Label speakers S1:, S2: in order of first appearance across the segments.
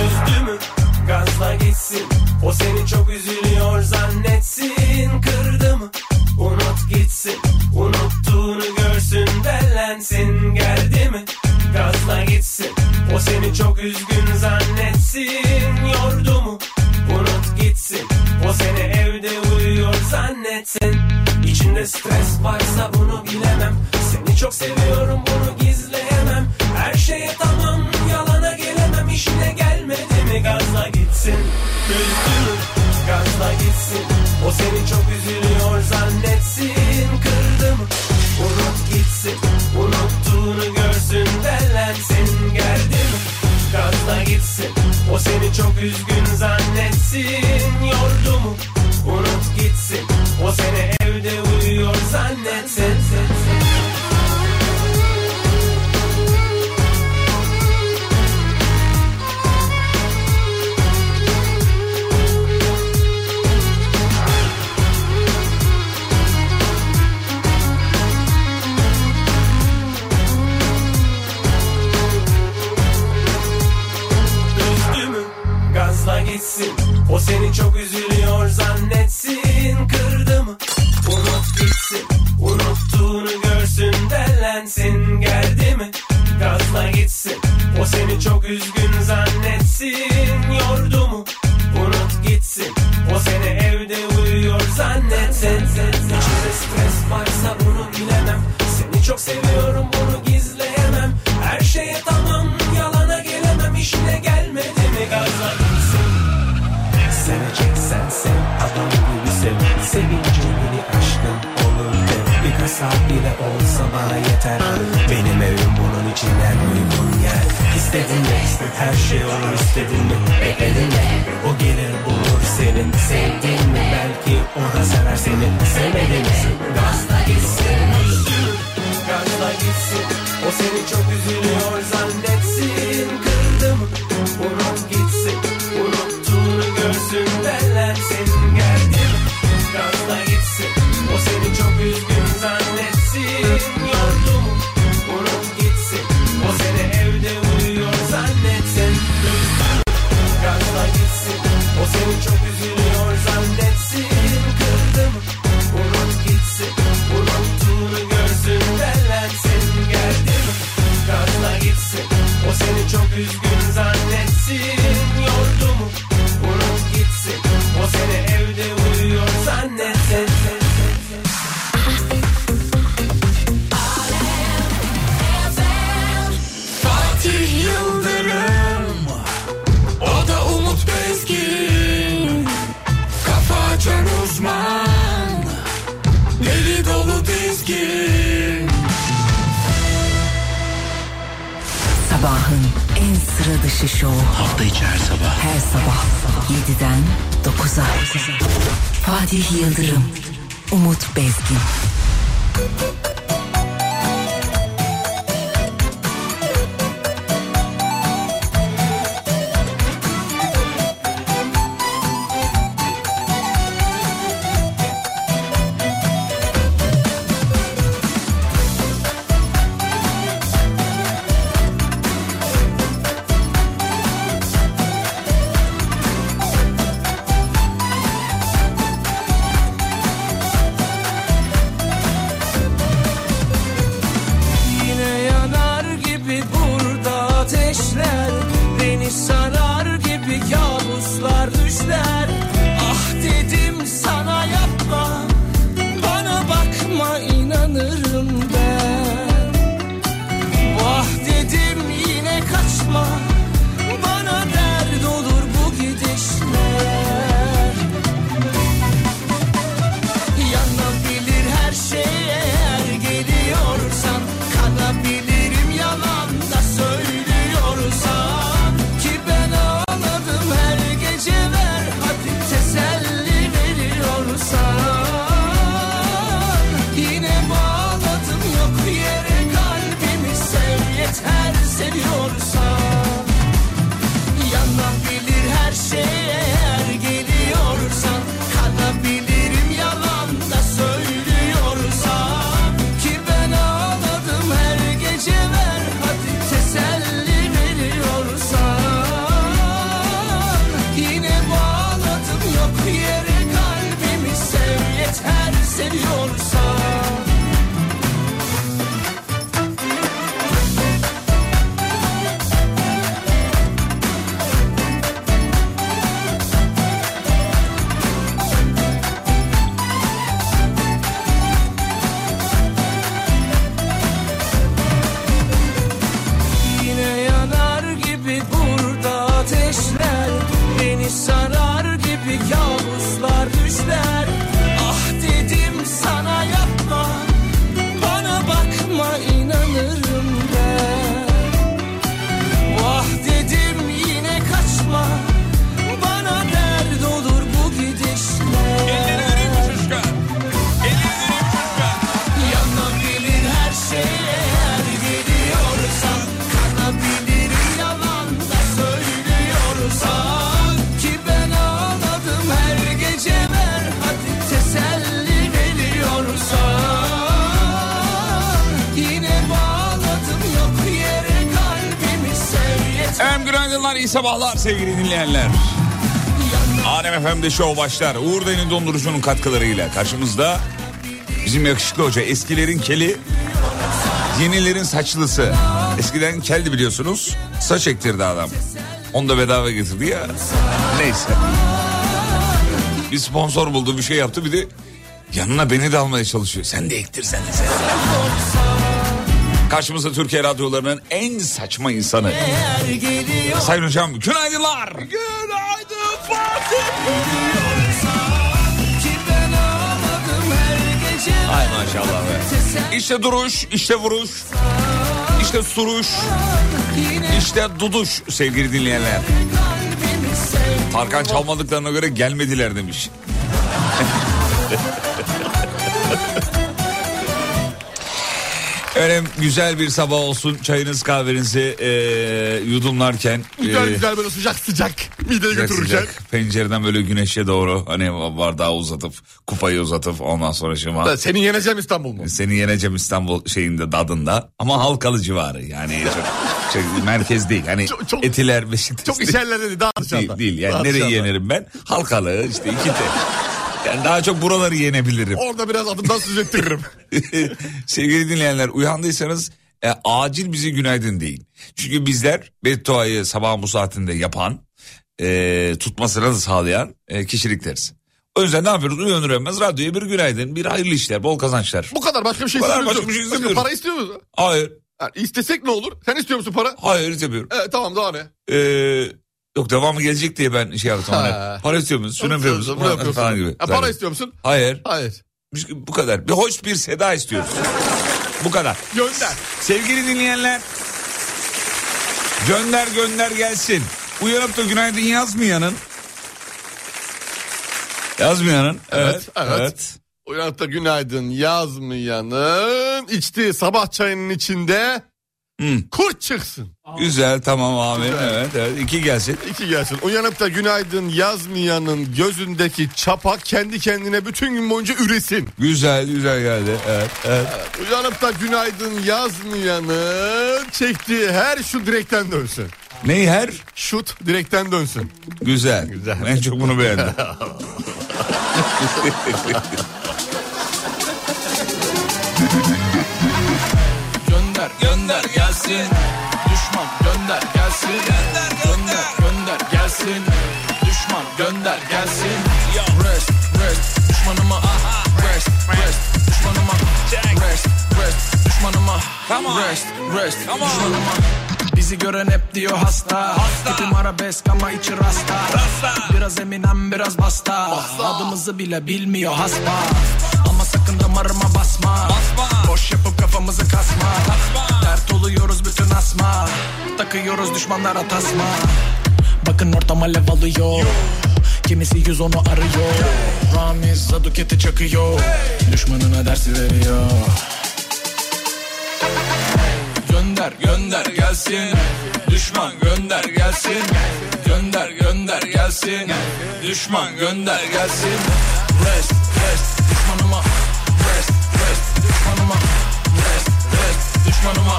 S1: Üzdü mü? Gazla gitsin O seni çok üzülüyor zannetsin Kırdı mı? Unut gitsin Unuttuğunu görsün Dellensin geldi mi? Gazla gitsin O seni çok üzgün zannetsin Yordu mu? Unut gitsin O seni evde uyuyor zannetsin İçinde stres varsa bunu bilemem Seni çok seviyorum bunu gizleyemem Her şeye tamam yalana gelemem işine gelmedi mi gazla gitsin Üzdü mü? gazla gitsin O seni çok üzülüyor zannetsin Kırdı mı? Unut gitsin Unuttuğunu görsün Dellensin geldi mi? Gazla gitsin O seni çok üzgün zannetsin Yordu mu? Unut gitsin O seni evde uyuyor zannetsin Üzdü mü? Gazla gitsin O seni çok üzülüyor zannetsin Kırdı mı? Unut gitsin Unuttuğunu görsün Dellensin geldi mi? Gazla gitsin O seni çok üzgün zannetsin Yordu mu? Unut gitsin O seni evde uyuyor zannetsin İçinde stres varsa bunu bilemem Seni çok seviyorum bunu gizleyemem Her şeye tamam yalana gelemem işine gelmedi mi gazla gitsin Seveceksen sev adam gibi sev Sevincini aşkın olur de Birkaç saat bile olsa bana yeter Benim evim bunun için en uygun yer İstedin mi? Her şey olur istedin mi? Bekledin mi? O gelir bulur senin Sevdin mi? Belki o da sever seni Sevmedin mi? Gazla gitsin Üzdü, Gazla gitsin O seni çok üzülüyor zannetsin Kırdı mı? Unut gitsin Unuttuğunu görsün Derlensin geldi mi? Gazla gitsin O seni çok üzgün zannetsin Yordu mu? Unut gitsin O seni evde uyuyor zannetsin Üzdü, Gazla gitsin O seni çok üzülüyor zannetsin Kırdı mı? Unut gitsin Unuttuğunu görsün Derlensin geldi mi? Gazla gitsin O seni çok üzgün zannetsin Yordu mu? Unut gitsin O seni evde uyuyor zannetsin
S2: Fatih Yıldırım O da Umut Bezgin Kafa açan uzman Deli dolu dizgin
S3: Sabahın en sıra dışı şovu.
S4: Hafta içi her sabah.
S3: Her sabah 7'den 9'a. Fatih Yıldırım, Umut Bezgin.
S2: Fatih
S5: Ah Ah şey Ah Ah
S4: günaydınlar, iyi sabahlar sevgili dinleyenler. Alem FM'de şov başlar. Uğur Derin Dondurucu'nun katkılarıyla karşımızda bizim yakışıklı hoca eskilerin keli, yenilerin saçlısı. Eskilerin keldi biliyorsunuz. Saç ektirdi adam. Onu da bedava getirdi ya. Neyse. Bir sponsor buldu bir şey yaptı bir de yanına beni de almaya çalışıyor. Sen de ektirsene sen. Karşımızda Türkiye radyolarının en saçma insanı. Sayın hocam günaydınlar. Günaydın Ay maşallah be. İşte duruş, işte vuruş, işte suruş, işte duduş sevgili dinleyenler. Tarkan çalmadıklarına göre gelmediler demiş. Öyle güzel bir sabah olsun. Çayınız kahvenizi eee, yudumlarken...
S6: Güzel
S4: eee,
S6: güzel böyle sıcak sıcak mideye
S4: Ee, Sıcak
S6: götürecek.
S4: sıcak. Pencereden böyle güneşe doğru hani bardağı uzatıp kupayı uzatıp ondan sonra şıma.
S6: Ben Seni yeneceğim İstanbul mu?
S4: Seni yeneceğim İstanbul şeyinde dadında ama halkalı civarı yani çok, çok merkez değil hani
S6: Çok- çok-
S4: etiler Beşiktaş
S6: Çok
S4: değil.
S6: içerler dedi daha
S4: değil,
S6: dışarıda.
S4: değil. yani
S6: Daha
S4: nereyi
S6: dışarıda.
S4: yenerim ben halkalı işte iki de yani daha çok buraları yenebilirim.
S6: Orada biraz adımdan söz ettiririm.
S4: Sevgili dinleyenler uyandıysanız e, acil bizi günaydın deyin. Çünkü bizler bedduayı sabahın bu saatinde yapan, e, tutmasına da sağlayan e, kişilikleriz. O yüzden ne yapıyoruz? Uyanır uyanmaz radyoya bir günaydın, bir hayırlı işler, bol kazançlar.
S6: Bu kadar başka bir şey
S4: Bu kadar
S6: istemiyoruz.
S4: başka bir şey istemiyoruz.
S6: para istiyor musun?
S4: Hayır,
S6: Yani istesek ne olur? Sen istiyor musun para?
S4: hayır istemiyorum.
S6: Evet tamam daha ne?
S4: E, yok devamı gelecek diye ben şey yaptım.
S6: Ha.
S4: Hani, para istiyor musunuz? Şunu yapıyor musunuz?
S6: Bunu yapıyorsun.
S4: Falan gibi.
S6: Ha, para istiyor musun?
S4: Hayır.
S6: Hayır.
S4: Biz- Bu kadar. Bir hoş bir seda istiyoruz. bu kadar.
S6: Gönder.
S4: Sevgili dinleyenler gönder gönder gelsin. Uyanıp da günaydın yazmayanın yazmayanın evet
S6: Evet,
S4: evet,
S6: evet. Uyanıp da günaydın yazmayanın içtiği sabah çayının içinde
S4: Hı.
S6: kurt çıksın.
S4: güzel tamam abi
S6: Güzel.
S4: evet evet iki gelsin.
S6: İki gelsin. Uyanıp da günaydın yazmayanın gözündeki çapak kendi kendine bütün gün boyunca üresin.
S4: Güzel güzel geldi evet evet.
S6: Uyanıp da günaydın yazmayanın çektiği her şu direkten dönsün.
S4: Ney her
S6: Şut direkten dönsün.
S4: güzel.
S6: Güzel.
S4: En çok bunu beğendim.
S7: Gönder gönder gelsin Düşman gönder gelsin Gönder gönder gönder gelsin Düşman gönder gelsin Rest rest düşmanıma Rest rest düşmanıma Rest rest düşmanıma
S4: Come on.
S7: Rest rest
S4: Come on.
S7: düşmanıma Bizi gören hep diyor hasta Tipim arabesk ama içi rasta Biraz eminem biraz basta Adımızı bile bilmiyor hasta Ama sakın damarıma basma, Boş yapıp kafamızı kasma. Dert oluyoruz bütün asma Takıyoruz düşmanlara tasma Bakın ortama lev alıyor Kimisi 110'u arıyor Ramiz Zaduket'i çakıyor Düşmanına dersi veriyor Gönder gönder gelsin Düşman gönder gelsin Gönder gönder gelsin Düşman gönder gelsin Rest rest düşmanıma Rest rest düşmanıma Rest rest düşmanıma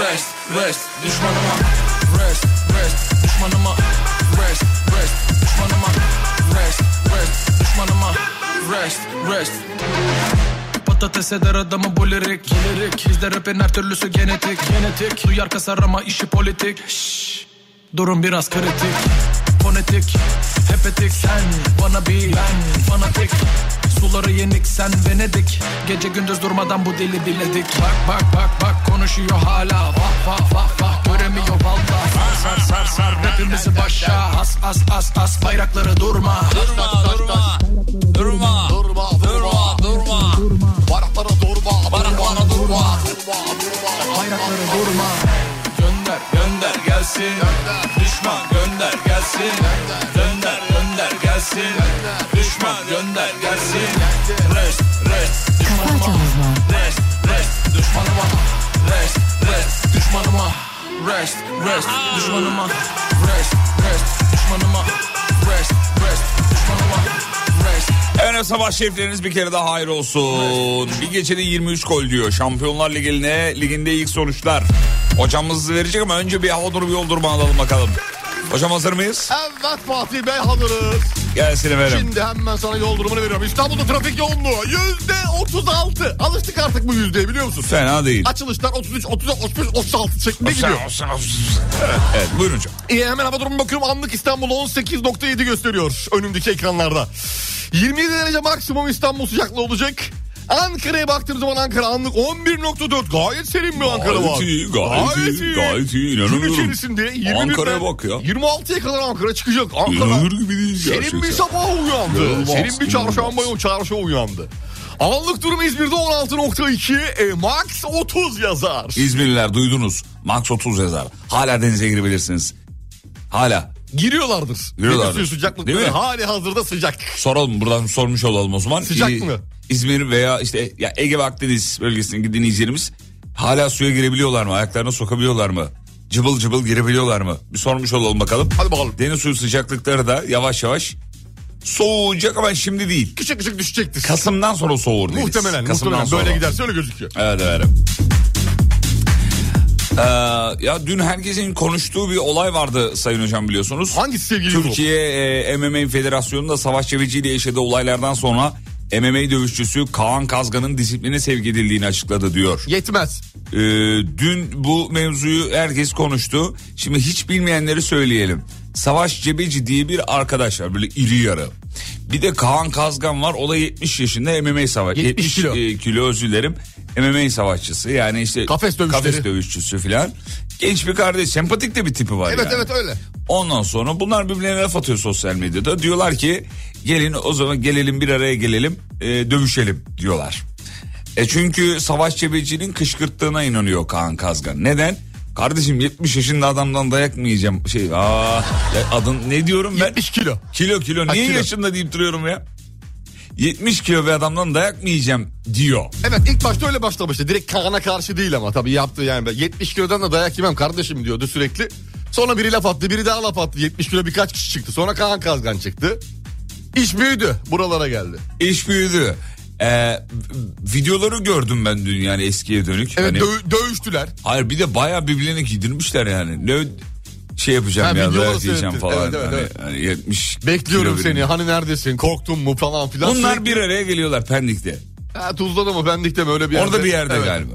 S7: Rest rest düşmanıma Rest rest düşmanıma Rest rest düşmanıma Rest rest düşmanıma Rest rest Patates eder adamı bu lirik Bizde rapin her türlüsü genetik Genetik Duyar kasar ama işi politik Şşş. Durum biraz kritik Fonetik Hep etik sen Bana bir ben Fanatik Suları yenik sen Venedik Gece gündüz durmadan bu dili biledik Bak bak bak bak konuşuyor hala Vah vah vah vah göremiyor valla Sar sar sar sar rapimizi başa As as as as bayrakları durma
S4: Durma durma
S6: Durma,
S4: durma
S6: durma,
S4: durma
S6: Baraklara durma.
S4: Baraklara durma.
S7: Bayrakları vurma Gönder gönder gelsin Düşman gönder gelsin Gönder gönder gelsin Düşman gönder gelsin Rest rest
S3: Kafa Açan Uzman.
S7: rest rest düşmanıma Rest rest düşmanıma Rest rest düşmanıma Rest rest düşmanıma Rest rest düşmanıma Rest
S4: Efendim sabah şerifleriniz bir kere daha hayır olsun. Bir gecede 23 gol diyor. Şampiyonlar Ligi'ne liginde ilk sonuçlar. Hocamız verecek ama önce bir hava durumu yol durumu alalım bakalım. Hocam hazır mıyız?
S6: Evet Fatih Bey hazırız.
S4: Gelsin efendim.
S6: Şimdi hemen sana yol durumunu veriyorum. İstanbul'da trafik yoğunluğu yüzde 36. Alıştık artık bu yüzdeye biliyor musun?
S4: Fena değil.
S6: Açılışlar 33, 34, 35, 36 şeklinde gidiyor.
S4: Evet buyurun hocam.
S6: İyi hemen hava durumuna bakıyorum. Anlık İstanbul 18.7 gösteriyor önümdeki ekranlarda. 27 derece maksimum İstanbul sıcaklığı olacak. Ankara'ya baktığım zaman Ankara anlık 11.4. Gayet serin bir Ankara var.
S4: Gayet iyi, gayet iyi, gayet iyi.
S6: Gün
S4: İnanamıyorum.
S6: içerisinde 21'den
S4: Ankara'ya bak ya.
S6: 26'ya kadar Ankara çıkacak. Ankara
S4: İnanılır gibi değil
S6: serin
S4: gerçekten.
S6: bir sabah uyandı.
S4: İnanılmaz,
S6: Serin bir çarşamba,
S4: inanılmaz.
S6: çarşamba uyandı. Anlık durum İzmir'de 16.2, e, max 30 yazar.
S4: İzmirliler duydunuz. Max 30 yazar. Hala denize girebilirsiniz. Hala.
S6: Giriyorlardır.
S4: Giriyorlardır.
S6: Deniz suyu sıcaklıkları
S4: Değil mi?
S6: hali hazırda sıcak.
S4: Soralım buradan sormuş olalım o zaman.
S6: Sıcak
S4: İyi-
S6: mı?
S4: İzmir veya işte ya Ege ve Akdeniz bölgesinin dinleyicilerimiz hala suya girebiliyorlar mı? Ayaklarına sokabiliyorlar mı? Cıbıl cıbıl girebiliyorlar mı? Bir sormuş olalım bakalım.
S6: Hadi bakalım.
S4: Deniz suyu sıcaklıkları da yavaş yavaş soğuyacak ama şimdi değil.
S6: Küçük küçük düşecektir.
S4: Kasım'dan sonra soğur deniz.
S6: muhtemelen,
S4: Kasım'dan
S6: muhtemelen böyle
S4: sonra.
S6: giderse öyle gözüküyor.
S4: Evet evet. Ee, ya dün herkesin konuştuğu bir olay vardı sayın hocam biliyorsunuz.
S6: Hangisi sevgili
S4: Türkiye e, MMA Federasyonu'nda Savaş Çevici ile yaşadığı olaylardan sonra MMA dövüşçüsü Kaan Kazgan'ın disipline sevk edildiğini açıkladı diyor.
S6: bu? Yetmez.
S4: Ee, dün bu mevzuyu herkes konuştu. Şimdi hiç bilmeyenleri söyleyelim. Savaş Cebeci diye bir arkadaş var böyle iri yarı. Bir de Kaan Kazgan var o da 70 yaşında MMA savaşçısı.
S6: 70 kilo.
S4: e, kilo özür dilerim. MMA savaşçısı yani işte
S6: Kafes dövüşleri.
S4: kafes dövüşçüsü filan. Genç bir kardeş sempatik de bir tipi var
S6: Evet
S4: yani.
S6: evet öyle.
S4: Ondan sonra bunlar birbirlerine laf atıyor sosyal medyada. Diyorlar ki gelin o zaman gelelim bir araya gelelim e, dövüşelim diyorlar. E çünkü Savaş Cebeci'nin kışkırttığına inanıyor Kaan Kazgan. Neden? Kardeşim 70 yaşında adamdan dayak mı yiyeceğim? Şey aa ya adın ne diyorum ben?
S6: 70 kilo.
S4: Kilo kilo niye
S6: kilo.
S4: yaşında deyip duruyorum ya? 70 kilo bir adamdan dayak mı yiyeceğim diyor.
S6: Evet ilk başta öyle başlamıştı. Direkt Kaan'a karşı değil ama tabii yaptı yani. Ben 70 kilodan da dayak yemem kardeşim diyordu sürekli. Sonra biri laf attı, biri daha laf attı. 70 kilo birkaç kişi çıktı. Sonra Kaan Kazgan çıktı. İş büyüdü. Buralara geldi.
S4: İş büyüdü. E, videoları gördüm ben dün yani eskiye dönük.
S6: Evet
S4: Hani-
S6: dövü- dövüştüler.
S4: Hayır bir de bayağı birbirlerine giydirmişler yani. Ne ö- şey yapacağım
S6: Ha,
S4: ya
S6: videoları
S4: dayak yiyeceğim
S6: seyrettim.
S4: falan.
S6: Evet, evet,
S4: hani,
S6: evet.
S4: hani 70
S6: Bekliyorum
S4: kilo
S6: seni.
S4: birim.
S6: Hani neredesin? Korktun mu falan filan.
S4: Bunlar
S6: Sürekli-
S4: bir araya geliyorlar Pendik'te.
S6: Ha, Tuzla'da mı Pendik'te mi öyle bir yerde.
S4: Orada bir yerde
S6: Evet.
S4: galiba.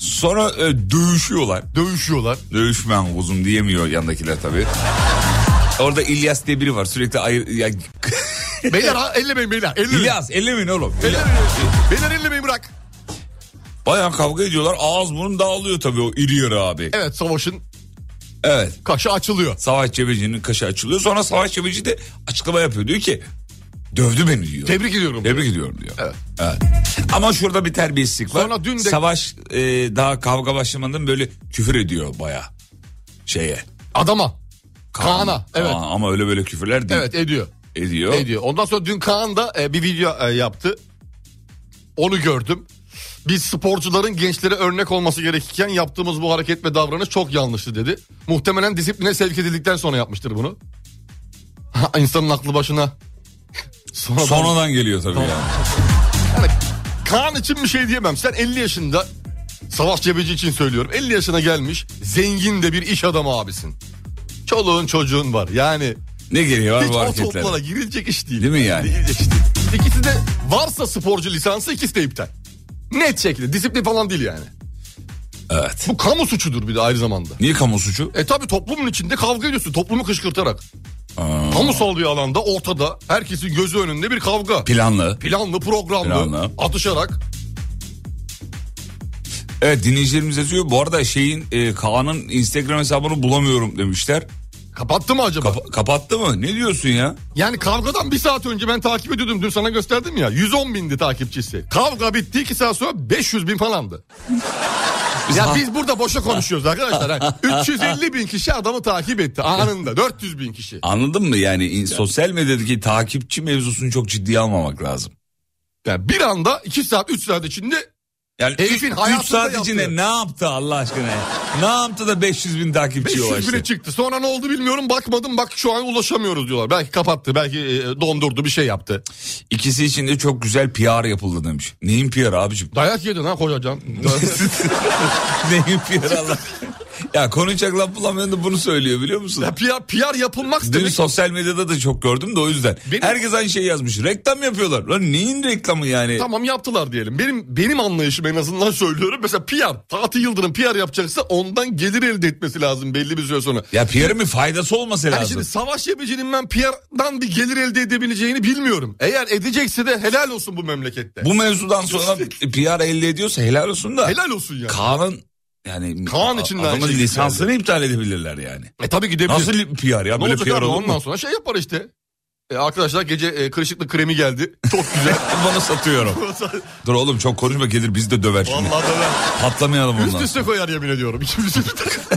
S4: Sonra e, dövüşüyorlar.
S6: Dövüşüyorlar.
S4: Dövüşmen kuzum diyemiyor yandakiler tabii. Orada İlyas diye biri var sürekli ayır... Ya,
S6: beyler ha, ellemeyin beyler. Ellemeyin.
S4: İlyas ellemin oğlum.
S6: Ellemeyin. Beyler ellemeyin bırak.
S4: Bayağı kavga ediyorlar. Ağız burun dağılıyor tabii o iri yarı abi.
S6: Evet savaşın
S4: Evet.
S6: kaşı açılıyor.
S4: Savaş Cebeci'nin kaşı açılıyor. Sonra Savaş Cebeci de açıklama yapıyor. Diyor ki dövdü beni diyor.
S6: Tebrik ediyorum.
S4: Tebrik ediyorum diyor.
S6: Evet.
S4: Evet. Ama şurada bir terbiyesizlik var.
S6: Sonra dün de-
S4: Savaş e, daha kavga başlamadan böyle küfür ediyor baya şeye.
S6: Adama.
S4: Kaan.
S6: Kaan'a, evet.
S4: Kaan ama öyle böyle küfürler değil.
S6: Evet ediyor.
S4: Ediyor.
S6: Ediyor. Ondan sonra dün Kaan da e, bir video e, yaptı. Onu gördüm. Biz sporcuların gençlere örnek olması gerekirken yaptığımız bu hareket ve davranış çok yanlıştı dedi. Muhtemelen disipline sevk edildikten sonra yapmıştır bunu. Ha, İnsanın aklı başına. Sonra
S4: Sonradan geliyor tabii yani.
S6: Yani Kaan için bir şey diyemem. Sen 50 yaşında Savaş Cebeci için söylüyorum. 50 yaşına gelmiş zengin de bir iş adamı abisin. Çoluğun çocuğun var. Yani
S4: Ne geliyor var
S6: hiç
S4: bu
S6: o toplara
S4: hareketlere?
S6: girilecek iş değil.
S4: Değil mi yani?
S6: Girilecek iş değil. İkisi de varsa sporcu lisansı ikisi de iptal. Net şekilde disiplin falan değil yani.
S4: Evet.
S6: Bu kamu suçudur bir de ayrı zamanda.
S4: Niye kamu suçu?
S6: E tabi toplumun içinde kavga ediyorsun toplumu kışkırtarak. Kamusal bir alanda ortada herkesin gözü önünde bir kavga.
S4: Planlı.
S6: Planlı programlı
S4: Planlı.
S6: atışarak
S4: Evet dinleyicilerimiz yazıyor. Bu arada şeyin e, Kaan'ın Instagram hesabını bulamıyorum demişler.
S6: kapattı mı acaba?
S4: Kapa- kapattı mı? Ne diyorsun ya?
S6: Yani kavgadan bir saat önce ben takip ediyordum. Dün sana gösterdim ya. 110 bindi takipçisi. Kavga bitti iki saat sonra 500 bin falandı. ya biz burada boşa konuşuyoruz arkadaşlar. Ha, 350 bin kişi adamı takip etti anında. 400 bin kişi.
S4: Anladın mı yani in- sosyal medyadaki takipçi mevzusunu çok ciddiye almamak lazım.
S6: Yani bir anda 2 saat 3 saat içinde
S4: Yani
S6: Herifin
S4: 3
S6: hayatında
S4: saat
S6: yaptığı.
S4: içinde ne yaptı Allah aşkına ya? Ne yaptı da 500 bin takipçi
S6: 500
S4: ulaştı?
S6: bine çıktı. Sonra ne oldu bilmiyorum bakmadım bak şu an ulaşamıyoruz diyorlar. Belki kapattı belki e, dondurdu bir şey yaptı.
S4: İkisi için de çok güzel PR yapıldı demiş. Neyin PR abicim?
S6: Dayak yedin ha kocacan.
S4: Neyin PR Allah? Ya konuşacak laf bulamayan da bunu söylüyor biliyor musun?
S6: Ya PR, PR yapılmak
S4: Dün
S6: demek.
S4: sosyal medyada da çok gördüm de o yüzden.
S6: Benim-
S4: Herkes aynı şeyi yazmış. Reklam yapıyorlar. Lan neyin reklamı yani?
S6: Tamam yaptılar diyelim. Benim benim anlayışım en azından söylüyorum. Mesela PR, Fatih Yıldırım PR yapacaksa ondan gelir elde etmesi lazım belli bir süre sonra.
S4: Ya PR'ın bir faydası olması
S6: Yani
S4: lazım.
S6: şimdi savaş yapıcının ben PR'dan bir gelir elde edebileceğini bilmiyorum. Eğer edecekse de helal olsun bu memlekette.
S4: Bu mevzudan sonra PR elde ediyorsa helal olsun da.
S6: Helal olsun yani.
S4: Kaan'ın yani
S6: Kaan için de aynı
S4: adamın
S6: şey
S4: lisansını iptal edebilirler yani.
S6: E tabii gidebilir.
S4: Nasıl li- PR ya
S6: ne
S4: böyle
S6: olacak
S4: PR
S6: abi
S4: olur
S6: ondan
S4: mu?
S6: sonra şey yapar işte. E, arkadaşlar gece e, kırışıklı kremi geldi. Çok güzel.
S4: Bana satıyorum. Dur oğlum çok konuşma gelir biz de döver şimdi.
S6: Vallahi da
S4: Patlamayalım
S6: ben üst
S4: ondan.
S6: üste koyar yemin ediyorum. İkimizi de-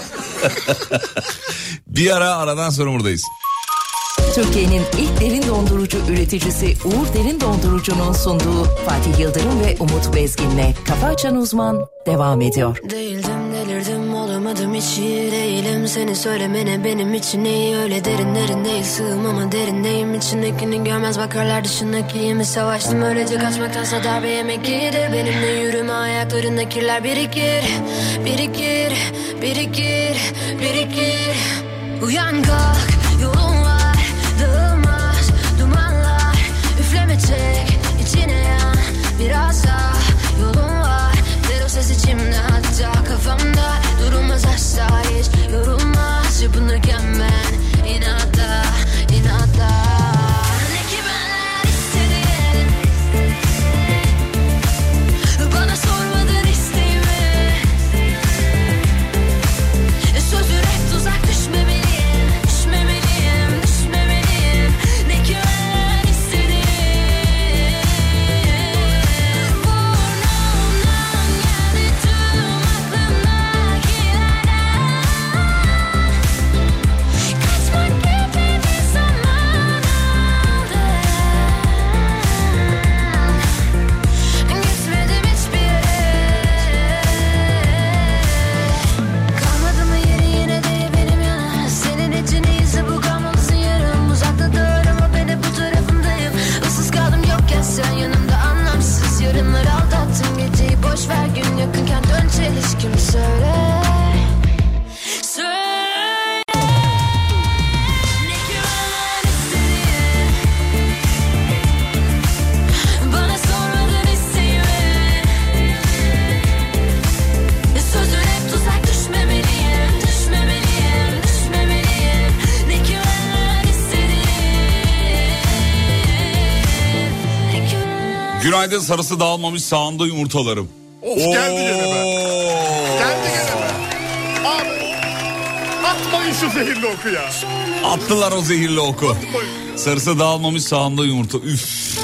S4: Bir ara aradan sonra buradayız.
S3: Türkiye'nin ilk derin dondurucu üreticisi Uğur Derin Dondurucu'nun sunduğu Fatih Yıldırım ve Umut Bezgin'le Kafa Açan Uzman devam ediyor.
S8: Değildim delirdim olamadım hiç iyi değilim Seni söylemene benim için iyi öyle derin derin değil Sığım ama derindeyim içindekini görmez bakarlar dışındaki iyi mi savaştım Öylece kaçmaktansa darbe yemek iyidir Benimle yürüme ayaklarında kirler birikir Birikir, birikir, birikir Uyan kalk yolun var dağılmaz dumanlar Üfleme çek içine yan biraz daha yolun var Zero ses içimde hatta kafamda Durulmaz asla hiç yorulmaz Çırpınırken ben inatla inatla Ne ki ben istediğin Bana sormadın isteğimi Söz yürek tuzak düşmemeliyim Düşmemeliyim, düşmemeliyim Ne ki ben istedim Burnumdan geldi tüm aklımdakilerden Kaçmak gibi bir zaman aldı Gitmedim hiçbir yere Kalmadı mı yeri yine de benim yana Senin için iyisi bu kalmalısın yarım Uzakta dağılım ama ben hep bu tarafındayım Issız kaldım yokken sen yanımda anlamsız Yarınlar aldattım geceyi boş ver gün yakınken dön çelişkimi söyle Söyle Ne güven istediğin bana sormadın isteğimi Sözün hep tuzak düşmemeliyim Düşmemeliyim, düşmemeliyim Ne ki ben istedim Ne ki ben
S4: Günaydın sarısı dağılmamış sağında yumurtalarım.
S6: Of,
S9: Ee,
S6: geldi gene be.
S4: Oo.
S6: Geldi gene be. Abi atmayın şu zehirli oku ya.
S4: Attılar o zehirli oku. Sarısı dağılmamış sağımda yumurta. Üf.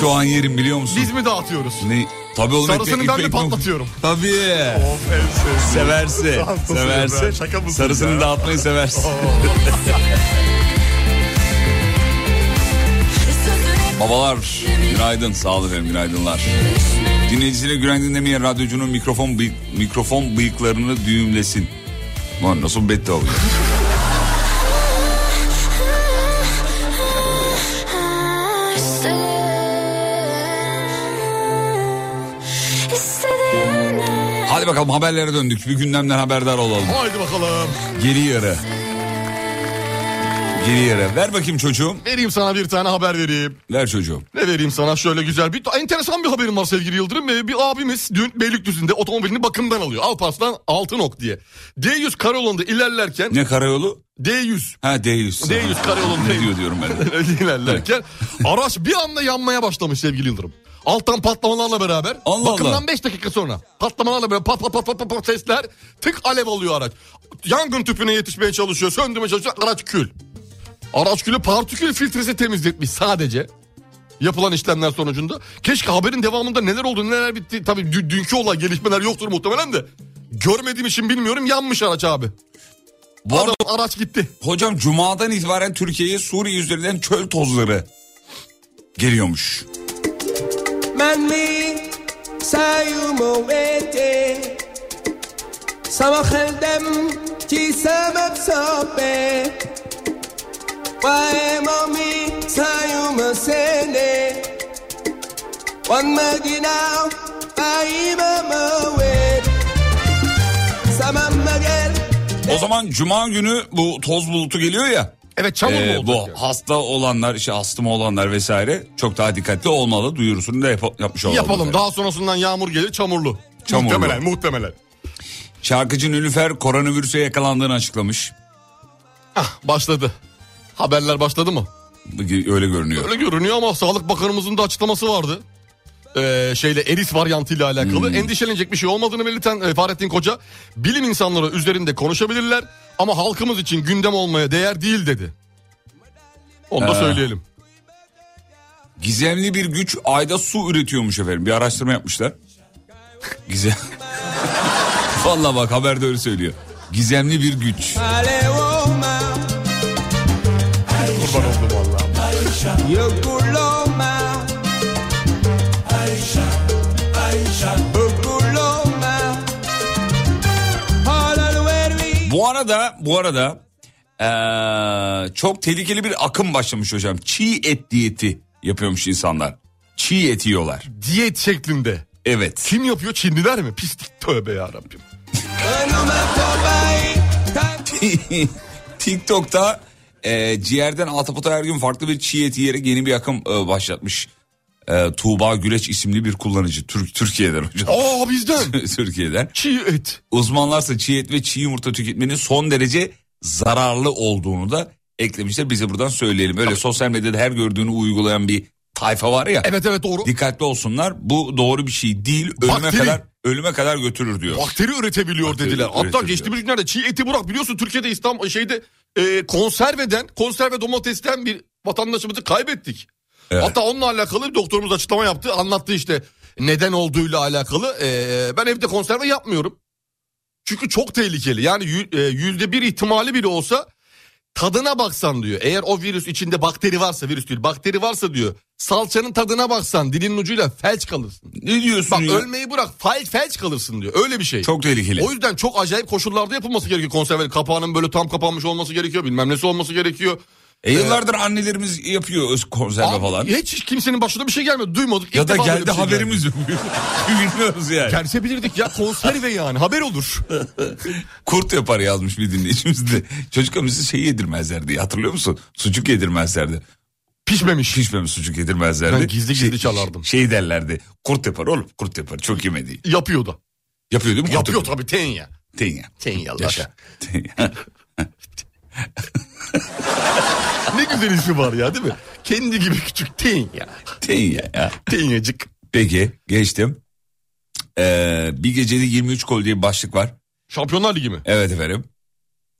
S4: Şu an yerim biliyor musun?
S6: Biz mi dağıtıyoruz?
S4: Ne? Tabii oğlum
S6: Sarısını ben mi
S4: mi?
S6: patlatıyorum?
S4: Tabii.
S6: Of en sevdiğim.
S4: Seversin.
S6: Şanslısın
S4: seversin.
S6: ya, şaka mısın
S4: Sarısını
S6: ya? Oh.
S4: dağıtmayı seversin.
S8: Sözün hep
S4: Babalar günaydın. Sağ olun efendim günaydınlar. Dinleyicisine günaydın demeyen radyocunun mikrofon bıyık, mikrofon bıyıklarını düğümlesin. Lan nasıl beddua bu ya?
S8: istedim İstediğine
S4: Hadi bakalım haberlere döndük. Bir gündemden haberdar olalım.
S6: Haydi bakalım.
S4: Geri yere. Geri yere. Ver bakayım çocuğum.
S6: Vereyim sana bir tane haber vereyim.
S4: Ver çocuğum.
S6: Ne vereyim sana şöyle güzel bir enteresan bir haberim var sevgili Yıldırım. Ee, Bir abimiz dün Beylikdüzü'nde otomobilini bakımdan alıyor. Alparslan Altınok diye. D100 karayolunda ilerlerken
S4: Ne karayolu?
S6: D100
S4: Ha Deyüs.
S6: D100 karayolunda.
S4: Ne diyor diyorum ben. de.
S6: öyle ilerlerken araç bir anda yanmaya başlamış sevgili Yıldırım. Alttan patlamalarla beraber
S4: Allah
S6: bakımdan
S4: Allah.
S6: 5 dakika sonra patlamalarla beraber pat pat pat pat pat, pat sesler tık alev alıyor araç. Yangın tüpüne yetişmeye çalışıyor, söndürmeye çalışıyor araç kül. Araç külü partikül filtresi temizletmiş sadece. Yapılan işlemler sonucunda. Keşke haberin devamında neler oldu neler bitti. Tabii dü- dünkü olay gelişmeler yoktur muhtemelen de. Görmediğim için bilmiyorum yanmış araç abi.
S4: Bu arada
S6: Adam araç gitti.
S4: hocam cumadan itibaren Türkiye'ye Suriye üzerinden çöl tozları geliyormuş.
S10: مني سايوم ويتي صباح الدم كي سبب صبي واي مامي سايوم سيني وان مدينة اي بموت سما مجال
S4: zaman cuma günü bu toz bulutu geliyor ya.
S6: Evet çamur mu
S4: Ee,
S6: olacak
S4: bu
S6: yani?
S4: hasta olanlar işte astımı olanlar vesaire çok daha dikkatli olmalı duyurusunu da yap- yapmış olalım.
S6: Yapalım
S4: Yani.
S6: daha sonrasından yağmur gelir çamurlu.
S4: Çamurlu.
S6: Muhtemelen muhtemelen.
S4: Şarkıcı Nülüfer koronavirüse yakalandığını açıklamış.
S6: Ah başladı. Haberler başladı mı?
S4: Bugün Öyle görünüyor.
S6: Öyle görünüyor ama Sağlık Bakanımızın da açıklaması vardı. Ee, şeyle eris varyantıyla alakalı
S4: Hmm.
S6: endişelenecek bir şey olmadığını belirten e, Fahrettin Koca bilim insanları üzerinde konuşabilirler ama halkımız için gündem olmaya değer değil dedi. Onu da
S4: Ee.
S6: söyleyelim.
S4: Gizemli bir güç ayda su üretiyormuş efendim. Bir araştırma yapmışlar. Gizem. Vallahi bak haberde öyle söylüyor. Gizemli bir güç.
S10: Alev olma
S6: Kurban oldum vallahi.
S10: Yok olma
S4: Bu arada bu arada eee, çok tehlikeli bir akım başlamış hocam. Çiğ et diyeti yapıyormuş insanlar. Çiğ et yiyorlar.
S6: Diyet şeklinde.
S4: Evet.
S6: Kim yapıyor? Çinliler mi? Pislik tövbe yarabbim.
S4: TikTok'ta eee, ciğerden Atapot'a her gün farklı bir çiğ et yiyerek yeni bir akım eee, başlatmış. Eee Tuğba Güleç isimli bir kullanıcı. Türk Türkiye'den hocam.
S6: Aa bizden.
S4: Türkiye'den.
S6: Çiğ et.
S4: Uzmanlarsa çiğ et ve çiğ yumurta tüketmenin son derece zararlı olduğunu da eklemişler. Bize buradan söyleyelim. Öyle sosyal medyada her gördüğünü uygulayan bir tayfa var ya.
S6: Evet evet doğru.
S4: Dikkatli olsunlar. Bu doğru bir şey değil. Ölüme
S6: Bakteri.
S4: kadar ölüme kadar götürür diyor.
S6: Bakteri üretebiliyor
S4: Bakteri
S6: dediler. Hatta
S4: üretebiliyor.
S6: geçtiğimiz günlerde çiğ eti bırak biliyorsun Türkiye'de İstanbul şeyde e, konserveden konserve domatesten bir vatandaşımızı kaybettik.
S4: Evet.
S6: Hatta onunla alakalı bir doktorumuz açıklama yaptı. Anlattı işte neden olduğuyla alakalı. E, ben evde konserve yapmıyorum. Çünkü çok tehlikeli. Yani yü- e, yüzde bir ihtimali bile olsa tadına baksan diyor. Eğer o virüs içinde bakteri varsa virüs değil bakteri varsa diyor. Salçanın tadına baksan dilinin ucuyla felç kalırsın.
S4: Ne diyorsun
S6: Bak
S4: ya?
S6: ölmeyi bırak fel, felç kalırsın diyor. Öyle bir şey.
S4: Çok tehlikeli.
S6: O yüzden çok acayip koşullarda yapılması gerekiyor konserve. Kapağının böyle tam kapanmış olması gerekiyor. Bilmem nesi olması gerekiyor. Ee,
S4: E, yıllardır annelerimiz yapıyor öz konserve
S6: Abi,
S4: falan.
S6: Hiç kimsenin başına bir şey gelmedi. Duymadık. İlk
S4: Ya da
S6: defa böyle
S4: geldi
S6: bir şey
S4: haberimiz yok. Bilmiyoruz yani.
S6: geldi. Gelse bilirdik ya konserve yani haber olur.
S4: Kurt yapar yazmış bir dinleyicimiz de. Çocukken bizi şey yedirmezlerdi hatırlıyor musun? Sucuk yedirmezlerdi.
S6: Pişmemiş.
S4: Pişmemiş sucuk yedirmezlerdi.
S6: Ben gizli gizli
S4: Şey-
S6: çalardım.
S4: Şey derlerdi. Kurt yapar oğlum kurt yapar çok yemedi.
S6: Yapıyor da.
S4: Yapıyor değil mi? Kurt
S6: Yapıyor
S4: yapar.
S6: tabii tenya.
S4: Tenya.
S6: Tenyalar.
S4: Yaşa.
S6: Ne güzel ismi var ya değil mi? Kendi gibi küçük tenya.
S4: Tenya ya.
S6: Tenyacık.
S4: Peki geçtim. Ee, bir gecede 23 gol diye bir başlık var.
S6: Şampiyonlar Ligi mi?
S4: Evet efendim.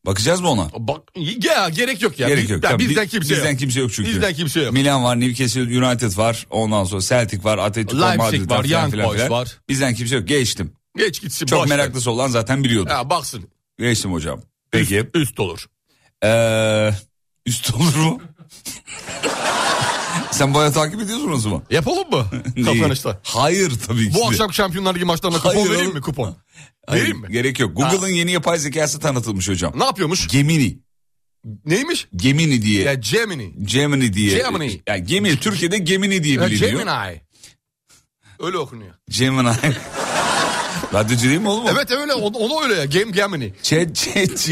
S4: Bakacağız mı ona?
S6: Bak ya gerek yok ya.
S4: Gerek
S6: Biz-
S4: yok.
S6: ya
S4: Tamam,
S6: bizden
S4: bi-
S6: kimse
S4: bizden
S6: yok.
S4: kimse yok çünkü.
S6: Bizden kimse yok.
S4: Milan var, Newcastle United var. Ondan sonra Celtic var, Atletico
S6: Leipzig
S4: Madrid
S6: var,
S4: filan
S6: Young
S4: filan
S6: Boys
S4: filan.
S6: var.
S4: Bizden kimse yok. Geçtim.
S6: Geç gitsin.
S4: Çok
S6: boş ver.
S4: meraklısı olan zaten biliyordu.
S6: Ya baksın.
S4: Geçtim hocam. Peki.
S6: Üst olur.
S4: Ee, üst olur mu? Sen bayağı takip ediyorsun o zaman.
S6: Yapalım mı?
S4: Kapanışta.
S6: Kapanışta.
S4: Hayır tabii ki.
S6: Bu
S4: de.
S6: akşam Şampiyonlar Ligi maçlarına kupon
S4: Hayır
S6: vereyim
S4: oğlum.
S6: mi kupon?
S4: Hayır,
S6: Vereyim mi?
S4: Gerek yok. Google'ın yeni yapay zekası tanıtılmış hocam.
S6: Ne yapıyormuş?
S4: Gemini.
S6: Neymiş?
S4: Gemini diye.
S6: Ya Gemini.
S4: Gemini diye.
S6: Gemini.
S4: Yani gemi Türkiye'de Gemini diye
S6: Ya
S4: biliniyor.
S6: Gemini. Öyle okunuyor.
S4: Gemini. Radyocu değil mi oğlum? o?
S6: Evet öyle o, o da öyle ya. Gem Gemini.
S4: Chat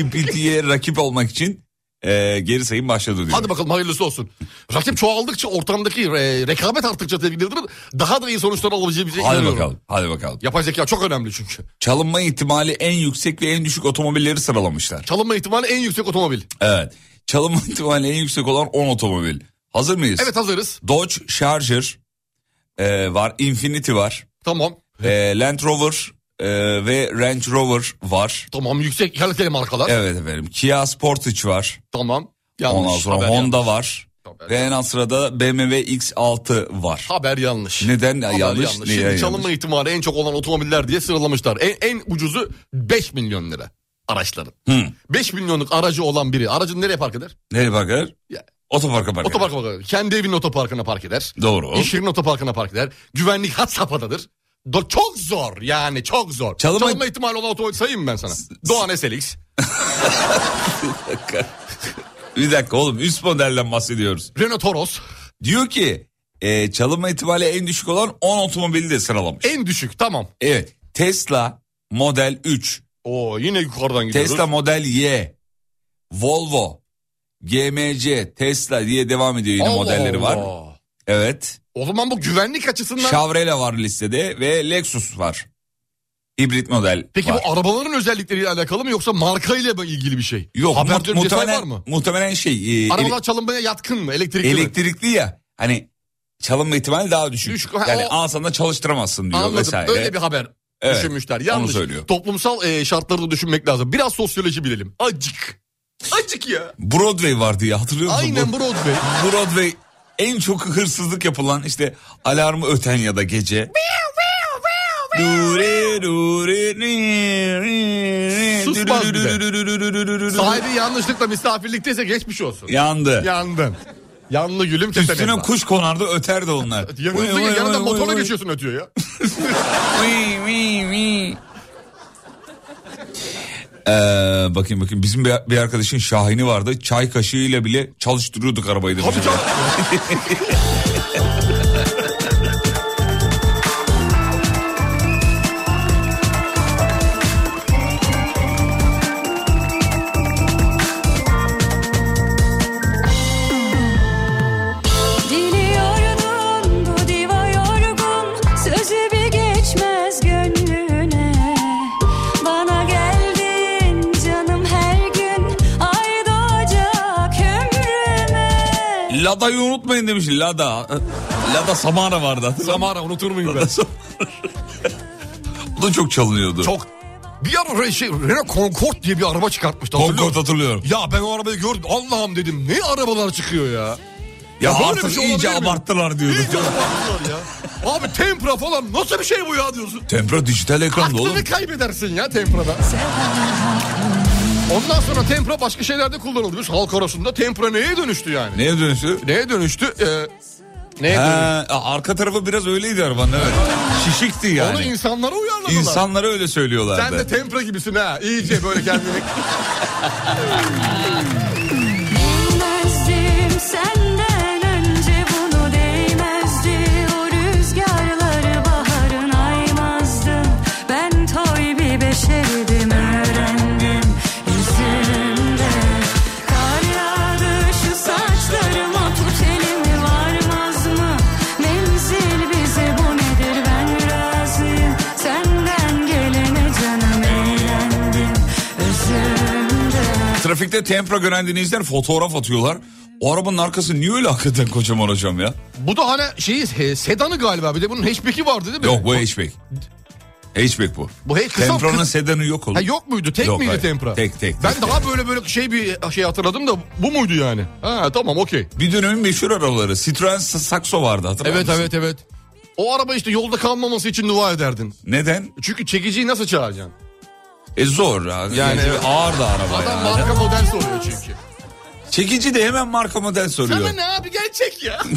S4: GPT'ye rakip olmak için e, geri sayım başladı diyor.
S6: Hadi bakalım hayırlısı olsun. Rakip çoğaldıkça ortamdaki e, rekabet arttıkça tebrik edilir. Daha da iyi sonuçlar alabileceğimize
S4: Hadi
S6: inanıyorum.
S4: bakalım. Hadi bakalım.
S6: Yapay zeka çok önemli çünkü.
S4: Çalınma ihtimali en yüksek ve en düşük otomobilleri sıralamışlar.
S6: Çalınma ihtimali en yüksek otomobil.
S4: Evet. Çalınma ihtimali en yüksek olan 10 otomobil. Hazır mıyız?
S6: Evet hazırız.
S4: Dodge Charger e, var, Infiniti var,
S6: Tamam.
S4: e, Land Rover e, ve Range Rover var.
S6: Tamam yüksek kaliteli markalar.
S4: Evet efendim. Kia Sportage var.
S6: Tamam. Yanlış.
S4: Ondan sonra
S6: haber
S4: Honda
S6: yanlış.
S4: var.
S6: Haber
S4: Ve en alt sırada BMW X6 var.
S6: Haber yanlış.
S4: Neden
S6: Haber
S4: yanlış? Neden
S6: Şimdi
S4: yanlış?
S6: çalınma ihtimali en çok olan otomobiller diye sıralamışlar. En, en ucuzu 5 milyon lira araçların. 5 milyonluk aracı olan biri aracını nereye park eder?
S4: Nereye park eder?
S6: Ya.
S4: Otoparka park
S6: Otoparka park eder. Kendi evinin otoparkına park eder.
S4: eder. Doğru.
S6: İş yerinin otoparkına park eder. Güvenlik had safhadadır. Do- çok zor yani çok zor.
S4: Çalınma-
S6: Çalınma, ihtimali olan otomobil sayayım mı ben sana? Doğan SLX.
S4: Bir dakika oğlum üst modelden bahsediyoruz.
S6: Renault Toros.
S4: Diyor ki e, çalınma ihtimali en düşük olan 10 otomobili de sıralamış.
S6: En düşük tamam.
S4: Evet Tesla Model 3,
S6: Oo yine yukarıdan gidiyoruz.
S4: Tesla Model Y, Volvo, GMC, Tesla diye devam ediyor yine
S6: Allah
S4: modelleri var.
S6: Allah.
S4: Evet.
S6: O zaman bu güvenlik açısından...
S4: Chevrolet var listede ve Lexus var. Hibrit model
S6: Peki
S4: var.
S6: bu arabaların özellikleriyle alakalı mı yoksa markayla mı ilgili bir şey?
S4: Yok
S6: Haber
S4: mu-
S6: dönüm detay
S4: muhtemelen,
S6: var mı?
S4: muhtemelen şey e,
S6: Arabalar çalınmaya yatkın mı? Elektrikli
S4: ele-
S6: mi?
S4: elektrikli ya hani çalınma ihtimali daha düşük.
S6: Düşük, ha,
S4: yani
S6: o-
S4: alsanda çalıştıramazsın diyor
S6: Anladım.
S4: vesaire.
S6: Öyle bir haber
S4: Evet,
S6: düşünmüşler.
S4: onu
S6: Yanlış.
S4: söylüyor.
S6: Toplumsal e, şartları da düşünmek lazım. Biraz sosyoloji bilelim. Acık. Acık ya.
S4: Broadway Şey vardı ya hatırlıyor musun?
S6: Aynen
S4: Bu-
S6: Broadway.
S4: Broadway en çok hırsızlık yapılan işte alarmı öten ya da gece. Dure, dure, ri, ri, ri,
S6: Susmaz
S4: dü, dü,
S6: bir de.
S4: dü, dü, dü, dü, dü, dü, dü, dü.
S6: Sahibi yanlışlıkla misafirlikteyse geçmiş olsun.
S4: Yandı.
S6: Yandın. Yanlı gülüm kesene.
S4: Üstüne kuş konardı öterdi onlar.
S6: Ya
S4: Vıy,
S6: hızlı
S4: vıy,
S6: gel, yanında
S4: vıy, vıy,
S6: motorla
S4: vıy.
S6: geçiyorsun ötüyor ya.
S4: Vıy, vıy, vıy. Ee, bakayım bakayım bizim bir bir arkadaşın Şahin'i vardı. Çay kaşığıyla bile çalıştırıyorduk arabayı. demiş.
S6: Tabii canım.
S11: Diliyordun bu diva yorgun Sözü bir geçmez gönlüne Bana geldin canım her gün Ay doğacak ömrüme
S4: Lada'yı unutmayın demiş. Lada. Lada Samara vardı. hatırlar mısın?
S6: Samara unutur muyum ben?
S4: Lada Samara. Bu da çok çalınıyordu.
S6: Çok. Bir ara re- şey, Renault Concorde diye bir araba çıkartmıştı. hatırlıyor
S4: Concorde
S6: musun?
S4: hatırlıyorum.
S6: Ya ben o arabayı gördüm. Allah'ım dedim ne arabalar çıkıyor ya.
S4: Ya,
S6: böyle bir
S4: artık
S6: şey
S4: iyice
S6: olabilir mi?
S4: abarttılar diyordu.
S6: İyice abarttılar ya. Abi tempra falan nasıl bir şey bu ya diyorsun.
S4: Tempra dijital ekranda
S6: Aklını
S4: oğlum.
S6: kaybedersin ya temprada. Ondan sonra tempra başka şeylerde kullanılmış. Halk arasında tempra neye dönüştü yani?
S4: Neye dönüştü?
S6: Neye dönüştü? Ee, neye dönüştü?
S4: Ha, arka tarafı biraz öyleydi arabanın evet. Şişikti yani.
S6: Onu insanlara uyarladılar.
S4: İnsanlara öyle
S6: Sen
S4: söylüyorlardı.
S6: de tempra gibisin ha. İyice böyle kendini.
S11: Bilmezdim senden önce bunu değmezdi O rüzgarları baharın aymazdı Ben toy bir beşerdim öğrendim yüzünde Kar yağdı şu saçlarıma tut elimi varmaz mı Menzil bize bu nedir ben razıyım Senden gelene canım eğlendim özümde
S4: Trafikte tempra gören dinleyiciler fotoğraf atıyorlar. O arabanın arkası niye öyle hakikaten kocaman hocam ya?
S6: Bu da hani şeyi e, sedanı galiba. Bir de bunun hatchback'i vardı değil mi?
S4: Yok bu E hatchback. Hatchback E bu.
S6: Bu hatch- kısa-
S4: Tempra'nın
S6: kıs-
S4: sedanı yok oğlum.
S6: Ha yok muydu? Tek
S4: Yok,
S6: miydi
S4: hayır.
S6: tempra?
S4: Tek, tek,
S6: Ben
S4: tek,
S6: daha böyle böyle şey bir şey hatırladım da bu muydu yani? Ha tamam okey.
S4: Bir dönemin meşhur arabaları. Citroen S- Saxo vardı hatırlar
S6: Evet
S4: mısın?
S6: evet evet. O araba işte yolda kalmaması için dua ederdin.
S4: Neden?
S6: Çünkü çekiciyi nasıl çağıracaksın?
S4: E zor. Yani, yani
S6: evet.
S4: ağır da araba
S6: Adam
S4: yani.
S6: marka model soruyor çünkü.
S4: Çekici de hemen marka model soruyor.
S6: Sana ne abi gerçek ya.
S11: Çal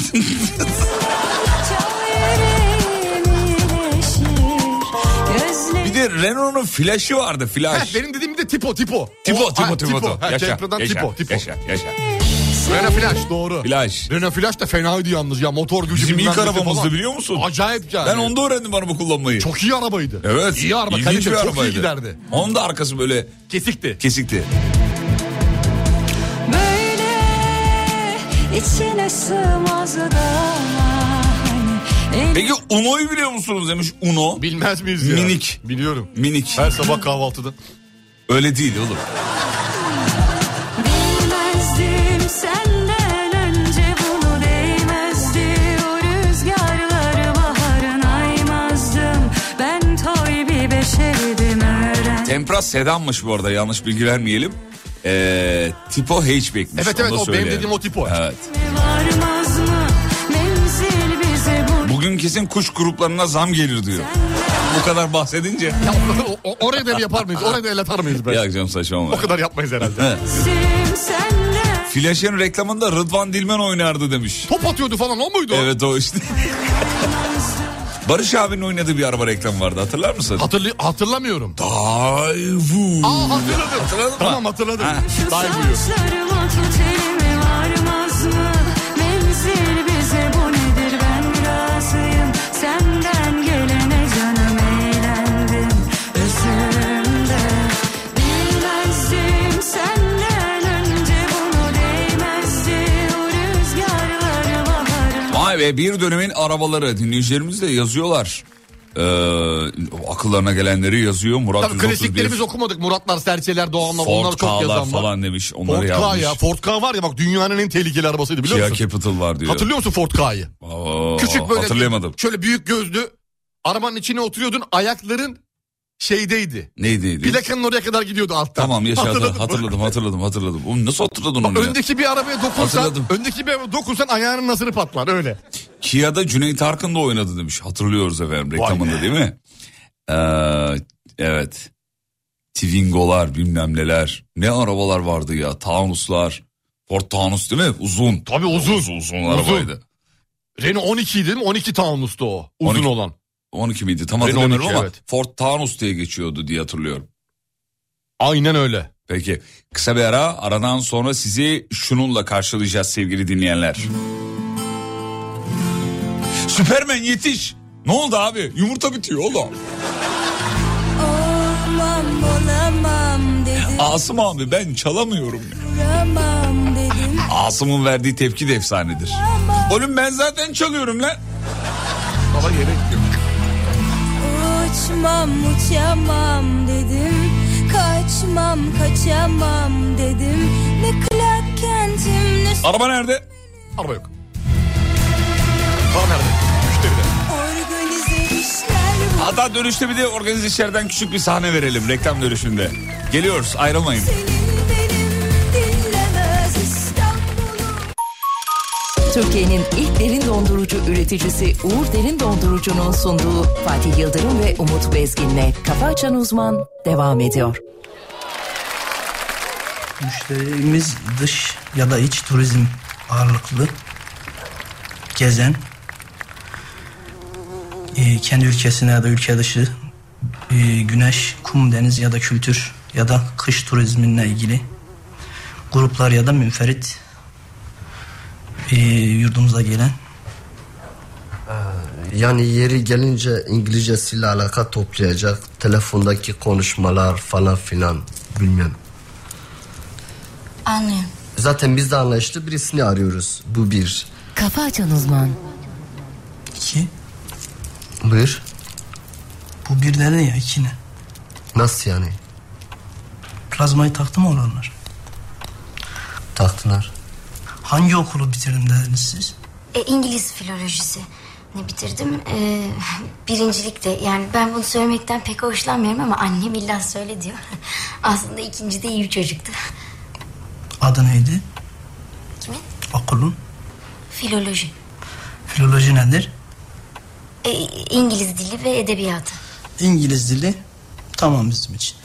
S11: yüreğimi iyileşir Gözlerim
S4: Bir de Renault'un flaşı vardı
S6: Ha,
S4: flaş.
S6: benim dediğim bir de tipo tipo.
S4: Tipo,
S6: O-
S4: tipo,
S6: ha,
S4: tipo, tipo.
S6: Ha,
S4: Yaşa,
S6: Tempra'dan
S4: yaşa,
S6: tipo tipo.
S4: yaşa, yaşa.
S6: Renault Flash doğru.
S4: Flash.
S6: Renault Flash da fenaydı yalnız ya motor gücü.
S4: Bizim
S6: bilmem
S4: ilk
S6: nesi
S4: arabamızdı
S6: falan.
S4: biliyor musun?
S6: Acayip yani.
S4: Ben onda öğrendim araba kullanmayı.
S6: Çok iyi arabaydı.
S4: Evet.
S6: İyi araba.
S4: ilginç
S6: Kalite
S4: bir
S6: çok
S4: arabaydı.
S6: iyi giderdi.
S4: Onun da arkası böyle
S6: Kesikti.
S4: kesikti.
S11: böyle içine sığmaz da hani
S4: Peki Uno'yu biliyor musunuz demiş Uno.
S6: Bilmez miyiz ya?
S4: Minik.
S6: Biliyorum.
S4: Minik.
S6: Her sabah kahvaltıda.
S4: Öyle değil oğlum.
S11: Bilmezdim senden önce bunu değmezdi O rüzgarları baharın aymazdım Ben toy bir beşerdim öğren
S4: Tempra sedanmış bu arada yanlış bilgi vermeyelim. Ee, tipo hatchback'miş.
S6: Evet,
S4: onu
S6: evet,
S4: da
S6: o benim
S4: söyleyelim.
S6: dediğim o tipo.
S4: Evet.
S11: varmaz mı Menzil bize bu
S4: Bugün kesin kuş gruplarına zam gelir diyor. Bu kadar bahsedince.
S6: Ya o- o- oraya da bir yapar mıyız? Oraya da el atar mıyız ben?
S4: Ya canım saçmalama.
S6: O kadar yapmayız herhalde.
S11: Sim senden
S4: Flaş'ın reklamında Rıdvan Dilmen oynardı demiş.
S6: Top atıyordu falan o muydu? o?
S4: Evet o işte. Barış abinin oynadığı bir araba reklamı vardı hatırlar mısın?
S6: Hatırlı hatırlamıyorum.
S4: Dayvu.
S6: Aa hatırladım.
S4: Hatırladın mı?
S6: Tamam hatırladım.
S11: Şu
S6: Dayvuyu.
S11: saçlarıma tut elimi varmaz mı? Menzil bize bu nedir ben razıyım. Senden gelene canım eğlendim. Özümde
S4: ve bir dönemin arabaları dinleyicilerimiz de yazıyorlar. Ee, akıllarına gelenleri yazıyor. Murat
S6: Tabii
S4: 131,
S6: klasiklerimiz okumadık. Muratlar, Serçeler, Doğanlar
S4: Ford
S6: onlar çok
S4: K'lar
S6: yazan var.
S4: falan demiş. Onları
S6: Ford K
S4: yazmış.
S6: ya. Ford K var ya bak dünyanın en tehlikeli arabasıydı biliyor
S4: Kia
S6: musun?
S4: Capital var diyor.
S6: Hatırlıyor musun Ford K'yı?
S4: Aa,
S6: Küçük böyle
S4: Hatırlayamadım.
S6: şöyle büyük gözlü arabanın içine oturuyordun ayakların şeydeydi.
S4: Neydi neydi?
S6: Plakanın oraya kadar gidiyordu alttan.
S4: Tamam yaşa
S6: Hatırladın
S4: hatırladım
S6: mı?
S4: hatırladım hatırladım. hatırladım. Oğlum nasıl hatırladın onu ya?
S6: Öndeki bir arabaya dokunsan,
S4: Hatırladım.
S6: öndeki bir arabaya dokunsan ayağının nasırı patlar öyle.
S4: Kia'da Cüneyt Arkın da oynadı demiş. Hatırlıyoruz efendim reklamında değil mi? Ee, evet. Twingo'lar bilmem neler. Ne arabalar vardı ya. Taunus'lar. Ford Taunus değil mi? Uzun.
S6: Tabii uzun.
S4: Uzun, arabaydı.
S6: Renault 12 değil mi? 12 Taunus'tu o. Uzun
S4: 12.
S6: olan.
S4: 12 miydi? Tam
S6: Renault
S4: hatırlamıyorum
S6: 12,
S4: ama
S6: evet.
S4: Ford Taunus diye geçiyordu diye hatırlıyorum.
S6: Aynen öyle.
S4: Peki kısa bir ara aradan sonra sizi şununla karşılayacağız sevgili dinleyenler. Süpermen yetiş. Ne oldu abi? Yumurta bitiyor oğlum.
S12: Olmam olamam dedim
S4: Asım abi ben çalamıyorum.
S12: Ramam dedim
S4: Asım'ın verdiği tepki de efsanedir. Oğlum ben zaten çalıyorum lan.
S6: Baba gerek yok.
S12: Uçmam uçamam dedim Kaçmam kaçamam dedim Ne Clark Kent'im ne
S4: Araba nerede?
S6: Araba yok. Tamam nerede? Üçte bir de.
S12: organize işler bu
S4: Hatta dönüşte bir de organize işlerden küçük bir sahne verelim reklam dönüşünde. Geliyoruz ayrılmayın.
S12: Senin benim dinlemez İstanbul'um
S3: Türkiye'nin ilk derin dondurucu üreticisi Uğur Derin Dondurucu'nun sunduğu Fatih Yıldırım ve Umut Bezgin'le Kafa Açan Uzman devam ediyor.
S9: Müşterimiz dış ya da iç turizm ağırlıklı gezen e, kendi ülkesine ya da ülke dışı e, güneş, kum, deniz ya da kültür ya da kış turizminle ilgili gruplar ya da münferit e, yurdumuza gelen
S13: Ee, Yani yeri gelince İngilizcesiyle alaka toplayacak. Telefondaki konuşmalar falan filan bilmiyorum.
S8: Anlıyorum.
S13: Zaten biz de anlayışlı birisini arıyoruz. Bu bir.
S3: Kafa Açan Uzman
S9: iki
S13: Buyur.
S9: bu bir de ne ya iki ne?
S13: Nasıl yani?
S9: Plazmayı taktı mı olanlar?
S13: Taktılar.
S9: Hangi okulu bitirdim dediniz siz?
S8: E, İngiliz filolojisi ne bitirdim? E, birincilikte yani ben bunu söylemekten pek hoşlanmıyorum ama annem illa söyle diyor. Aslında ikinci de iyi bir çocuktu.
S9: Adı neydi?
S8: Kimin?
S9: Okulun.
S8: Filoloji.
S9: Filoloji nedir?
S8: E, İngiliz dili ve edebiyatı.
S9: İngiliz dili tamam bizim için.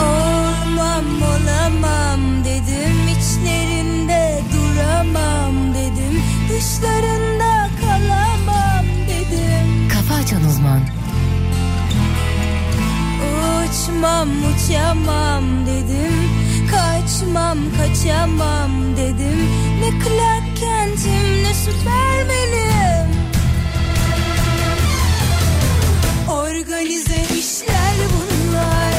S12: Olmam olamam dedim içlerinde duramam dedim Dışlarında kalamam dedim
S3: Kafa Açan Uzman
S12: Uçmam uçamam dedim Kaçmam kaçamam dedim Ne Clark Kent'im ne Superman'im Organize işler bunlar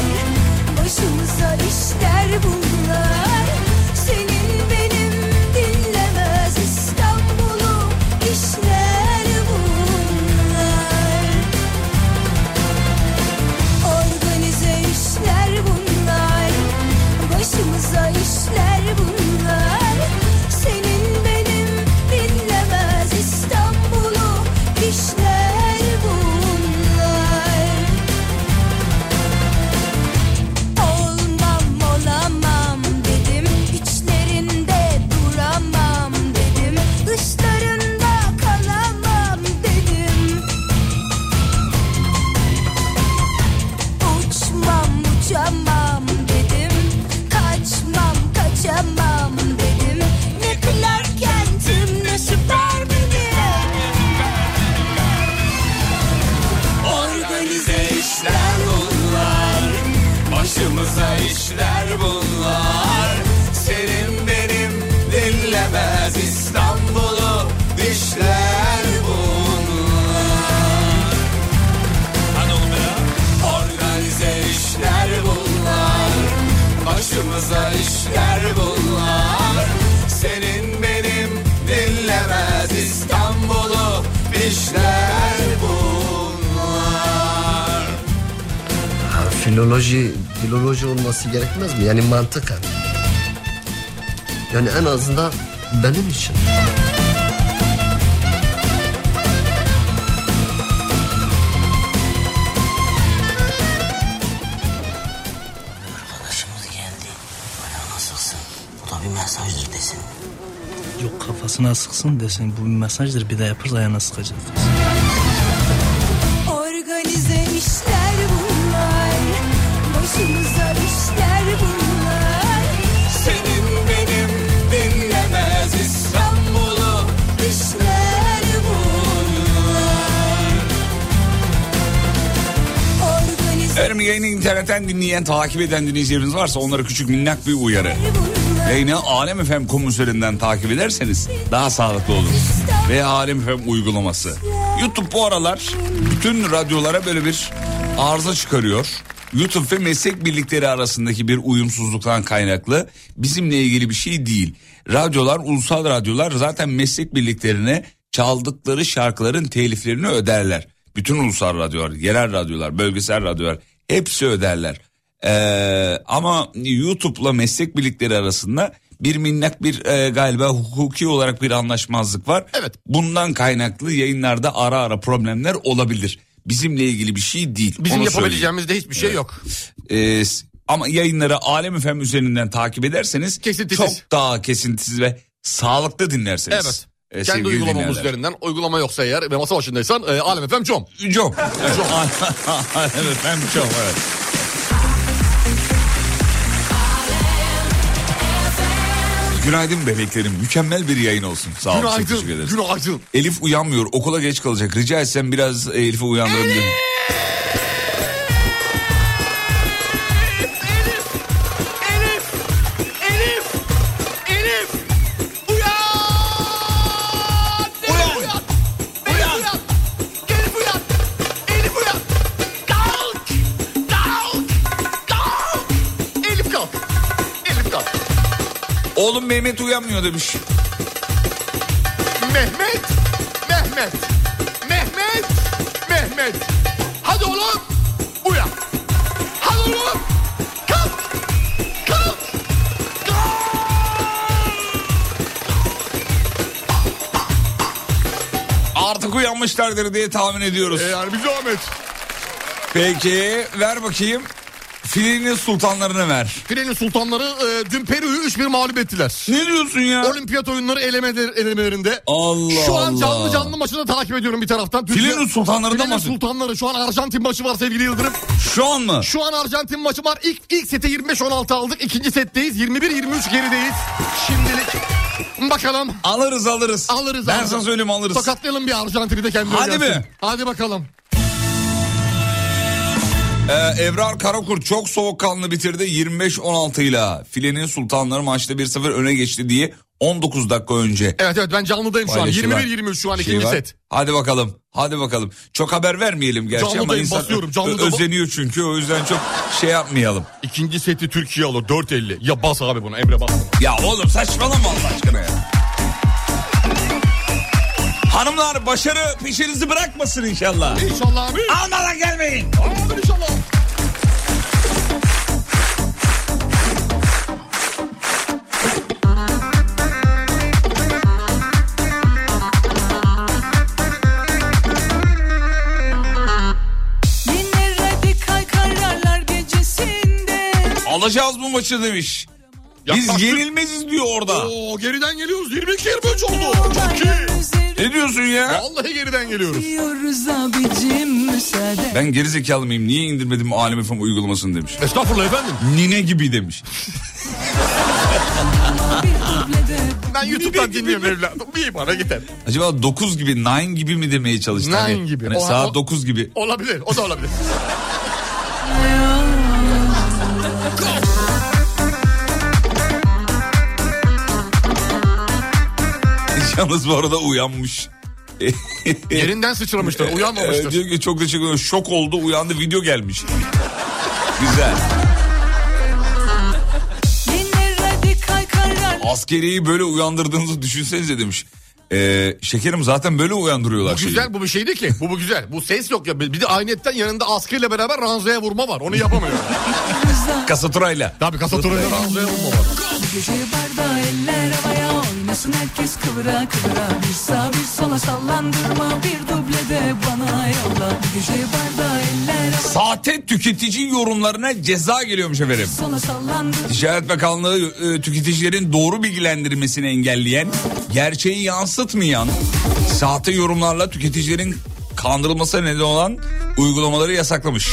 S12: Başımıza işler bunlar Senin benim dinlemez İstanbul'u işler bunlar Organize işler bunlar Başımıza işler bunlar Senin benim dinlemez İstanbul'u işler bunlar Olmam olamam dedim içlerinde duramam dedim Dışlarında kalamam dedim Uçmam uçamam dedim Kaçmam kaçamam dedim Ne Clark Kent'im ne Superman'im
S7: Organize işler bunlar Başımıza işler bunlar Senin benim dinlemez İstanbul'u dişler bunlar Organize işler bunlar Başımıza
S13: Filoloji, filoloji olması gerekmez mi? Yani mantıken. Yani en azından benim için.
S14: Arkadaşımız geldi. Hala nasılsın? Bu da bir mesajdır desin.
S9: Yok kafasına sıksın desin bu bir mesajdır bir daha yaparız ayağına sıkacak.
S12: Organize işler bunlar Başımıza işler bunlar Senin benim dinlemez İstanbul'u işler bunlar
S4: Efendim yayını internetten dinleyen, takip eden dinleyicileriniz varsa onlara küçük minnak bir uyarı. Yayını Alem FM kumun üzerinden takip ederseniz daha sağlıklı olur. Veya Alem FM uygulaması. YouTube bu aralar bütün radyolara böyle bir arıza çıkarıyor. YouTube ve meslek birlikleri arasındaki bir uyumsuzluktan kaynaklı bizimle ilgili bir şey değil. Radyolar, ulusal radyolar zaten meslek birliklerine çaldıkları şarkıların teliflerini öderler. Bütün ulusal radyolar, yerel radyolar, bölgesel radyolar hepsi öderler. Ee, ama YouTube'la meslek birlikleri arasında bir minnak bir e, galiba hukuki olarak bir anlaşmazlık var. Evet. Bundan kaynaklı yayınlarda ara ara problemler olabilir. Bizimle ilgili bir şey değil.
S6: Bizim
S4: Onu söyleyeyim.
S6: yapabileceğimiz de hiçbir şey yok.
S4: Ee, s- ama yayınları Alem FM üzerinden takip ederseniz çok daha kesintisiz ve sağlıklı dinlersiniz.
S6: Evet.
S4: Ee,
S6: Kendi
S4: sevgili
S6: uygulamamız
S4: dinleyenler.
S6: üzerinden uygulama yoksa eğer ve masa başındaysan e, Alem FM com.
S4: Com. evet ben bir çok evet. Günaydın bebeklerim. Mükemmel bir yayın olsun. Sağ olun.
S6: Günaydın,
S4: çok teşekkür ederiz. Elif uyanmıyor. Okula geç kalacak. Rica etsem biraz e, Elif'i uyandırabilir miyim?
S6: Ee,
S2: Elif! Elif! Elif! Uyan! Uyan! Uyan! Beni uyan! Elif uyan! Elif uyan! Kalk! Kalk! Kalk! Elif kalk! Elif kalk!
S4: Oğlum Mehmet uyanmıyor demiş.
S6: Mehmet! Mehmet! Mehmet! Mehmet! Hadi oğlum! Uyan! Hadi oğlum! Kalk! Kalk!
S4: Artık uyanmışlardır diye tahmin ediyoruz.
S6: Ee, yani bir zahmet.
S4: Peki ver bakayım. Filenin sultanlarını ver.
S6: Filenin sultanları e, dün Peru'yu 3-1 mağlup ettiler.
S4: Ne diyorsun ya?
S6: Olimpiyat oyunları elemeler, elemelerinde.
S4: Allah
S6: Şu an canlı
S4: Allah.
S6: canlı maçını takip ediyorum bir taraftan.
S4: Filenin sultanları da
S6: Filenin
S4: mı?
S6: sultanları şu an Arjantin maçı var sevgili Yıldırım.
S4: Şu an mı?
S6: Şu an Arjantin maçı var. İlk, ilk sete 25-16 aldık. İkinci setteyiz. 21-23 gerideyiz. Şimdilik bakalım.
S4: Alırız alırız.
S6: Alırız.
S4: Ben sana söyleyeyim, alırız.
S6: Tokatlayalım bir Arjantin'i de kendine
S4: Hadi
S6: gelsin.
S4: mi?
S6: Hadi bakalım.
S4: Ee, Evrar Karakurt çok soğukkanlı bitirdi 25-16 ile. Filenin sultanları maçta 1-0 öne geçti diye 19 dakika önce.
S6: Evet evet ben canlıdayım şu an.
S4: paylaşılan
S6: 21-23 şu an
S4: şey
S6: ikinci
S4: var.
S6: set.
S4: Hadi bakalım. Hadi bakalım. Çok haber vermeyelim gerçi ama
S6: Canlıdayım,
S4: insan
S6: basıyorum, canlıda
S4: ö- özleniyor çünkü o yüzden çok şey yapmayalım.
S6: İkinci seti Türkiye alır 4-50. Ya bas abi bunu Emre bas.
S4: Ya oğlum saçmalama Allah aşkına ya. Hanımlar başarı peşinizi bırakmasın inşallah.
S6: İnşallah abi.
S4: Almadan gelmeyin.
S6: Aman inşallah.
S12: Yine radikal kararlar gecesinde
S4: Alacağız bu maçı demiş. Biz yenilmeziz diyor orada.
S6: Oo, geriden geliyoruz. 22-23 oldu. Çok iyi.
S4: Ne diyorsun ya?
S6: Vallahi geriden geliyoruz.
S12: Diyoruz abicim müsaade
S4: Ben gerizekalı mıyım? Niye indirmedim Alem FM uygulamasını demiş.
S6: Estağfurullah efendim.
S4: Nine gibi demiş.
S6: Ben YouTube'dan dinliyorum evladım. Bir bana gider.
S4: Acaba 9 gibi, 9 gibi mi demeye çalıştı?
S6: Nine
S4: Hani-
S6: gibi.
S4: hani
S6: O- o-
S4: saat 9 gibi.
S6: Olabilir. O da olabilir.
S4: Yalnız bu arada uyanmış.
S6: Yerinden sıçramıştır. Uyanmamıştır.
S4: Ee, diyor ki çok teşekkür ederim. Şok oldu, uyandı, video gelmiş. Güzel.
S12: Yine radikal kararlar
S4: Askeriyi böyle uyandırdığınızı düşünsenize demiş. Ee, Ee, şekerim zaten böyle uyandırıyorlar
S6: Bu
S4: şeyi.
S6: güzel bu bir şeydi ki. Bu bu güzel. Bu ses yok ya. Bir de aynetten yanında askıyla beraber ranzaya vurma var. Onu yapamıyor.
S4: Kasaturayla.
S6: Tabii kasaturayla ranzaya vurma var.
S12: Gece barda eller havaya oynasın herkes kıvıra kıvıra Bir sağ bir sola sallandırma bir duble de bana yolla Gece barda eller havaya
S4: Sahte tüketici yorumlarına ceza geliyormuş efendim.
S12: sola sallandır
S4: Ticaret Bakanlığı e, tüketicilerin doğru bilgilendirmesini engelleyen, gerçeği yansıtmayan, sahte yorumlarla tüketicilerin kandırılmasına neden olan uygulamaları yasaklamış.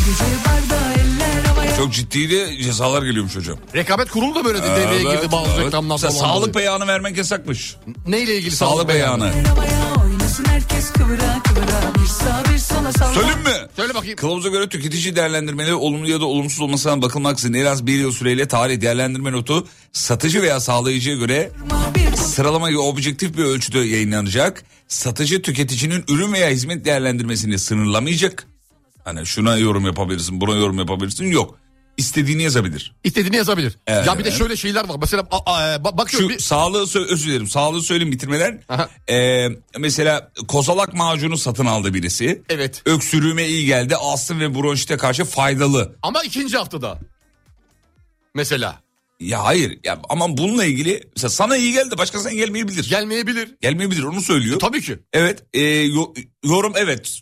S12: Gece barda eller havaya
S4: Çok ciddi de cezalar geliyormuş hocam.
S6: Rekabet kurulu da böyle de devreye
S4: Evet,
S6: girdi bazı
S4: evet.
S6: reklamdan
S4: Mesela
S6: falan.
S4: Sağlık
S6: dolayı.
S4: beyanı vermek yasakmış.
S6: Neyle ilgili
S4: sağlık, beyanı?
S12: oynasın herkes kıvıra kıvıra Bir sağ bir sola sallan
S4: Söyleyeyim mi? Söyle bakayım. Kılavuza göre tüketici değerlendirmeleri olumlu ya da olumsuz olmasından bakılmaksızın en az bir yıl süreyle tarih değerlendirme notu satıcı veya sağlayıcıya göre sıralama gibi objektif bir ölçüde yayınlanacak. Satıcı tüketicinin ürün veya hizmet değerlendirmesini sınırlamayacak. Hani şuna yorum yapabilirsin, buna yorum yapabilirsin yok. İstediğini yazabilir.
S6: İstediğini yazabilir.
S4: Evet.
S6: Ya bir de şöyle şeyler var. Mesela a, a, e, ba- bakıyorum
S4: Şu
S6: bir...
S4: sağlığı sö- özür dilerim sağlığı söyleyeyim bitirmeden. Ee, mesela kozalak macunu satın aldı birisi.
S6: Evet.
S4: Öksürüğüme iyi geldi. Astım ve bronşite karşı faydalı.
S6: Ama ikinci haftada. Mesela.
S4: Ya hayır ya ama bununla ilgili mesela sana iyi geldi başkasına gelmeyebilir.
S6: Gelmeyebilir.
S4: Gelmeyebilir onu söylüyor.
S6: tabii ki.
S4: Evet e, yo- yorum evet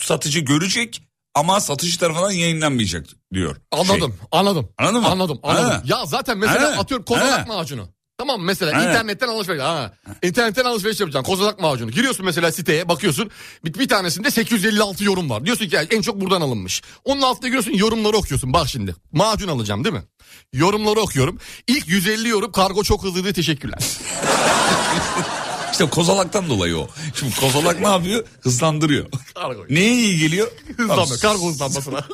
S4: satıcı görecek ama satıcı tarafından yayınlanmayacak diyor. Şey.
S6: Anladım, anladım.
S4: Anladın mı?
S6: Anladım, anladım.
S4: Ha.
S6: Ya zaten mesela
S4: Ha.
S6: atıyorum kozalak
S4: Ha.
S6: macunu. Tamam mı? mesela
S4: Ha.
S6: internetten alışveriş. Ha. İnternetten alışveriş yapacaksın. Kozalak macunu. Giriyorsun mesela siteye bakıyorsun. Bir, bir tanesinde 856 yorum var. Diyorsun ki "Ya en çok buradan alınmış. Onun altına giriyorsun yorumları okuyorsun. Bak şimdi macun alacağım değil mi? Yorumları okuyorum. İlk 150 yorum kargo çok hızlıydı teşekkürler.
S4: İşte kozalaktan dolayı o. Şimdi kozalak ne yapıyor? Hızlandırıyor.
S6: Kargo.
S4: Neye iyi geliyor?
S6: Hızlanma, kargo hızlanmasına.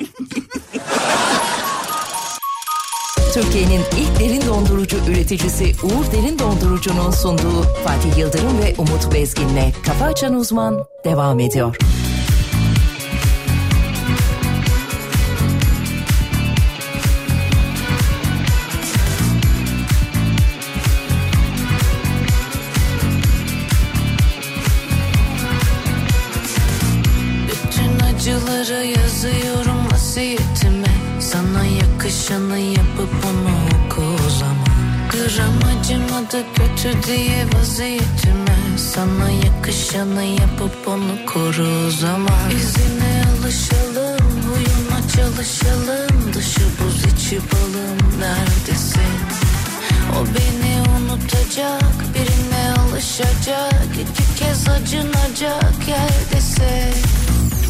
S3: Türkiye'nin ilk derin dondurucu üreticisi Uğur Derin Dondurucu'nun sunduğu Fatih Yıldırım ve Umut Bezgin'le Kafa Açan Uzman devam ediyor.
S15: Bütün acıları yazıyorum vasiyetime Sana yakışanı yapıp onu oku o zaman Gram acımadı kötü diye vaziyetime Sana yakışanı yapıp onu koru o zaman İzine alışalım, uyuma çalışalım Dışı buz içi balım neredesin? O beni unutacak, birine alışacak iki kez acınacak yerdesin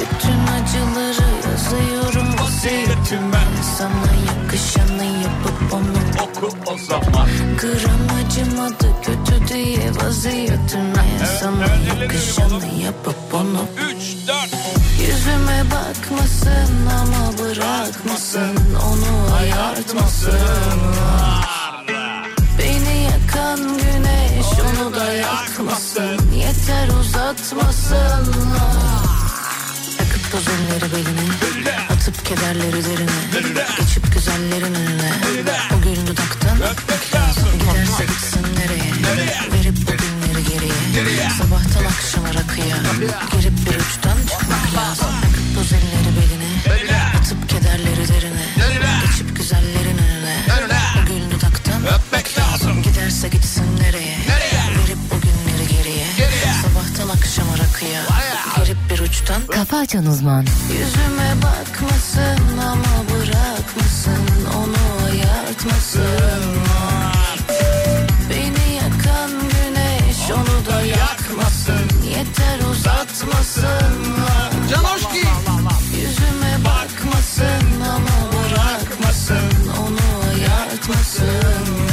S15: Bütün acıları yazıyorum vasiyetime Sana yakışanı yapıp onu oku o zaman Gram acımadı kötü diye vaziyetime Sana yakışanı yapıp onu Üç, dört Yüzüme bakmasın ama bırakmasın Onu ayartmasınlar Beni yakan güneş onu da yakmasın Yeter uzatmasınlar Takıp toz elleri beline Atıp kederleri derine Geçip güzellerin önüne O gül dudaktan öpmek lazım Giderse gitsin nereye Verip o günleri geriye Sabahtan akşama rakıya Girip bir uçtan çıkmak lazım Takıp toz elleri beline Atıp kederleri derine Geçip güzellerin önüne O gül dudaktan öpmek lazım Giderse gitsin nereye Verip o günleri geriye Sabahtan akşama rakıya Girip bir uçtan
S3: Kafa Açan Uzman.
S15: Yüzüme bakmasın ama bırakmasın onu ayartmasınlar Beni yakan güneş onu da yakmasın yeter uzatmasınlar Canoşki Yüzüme bakmasın ama bırakmasın onu ayartmasın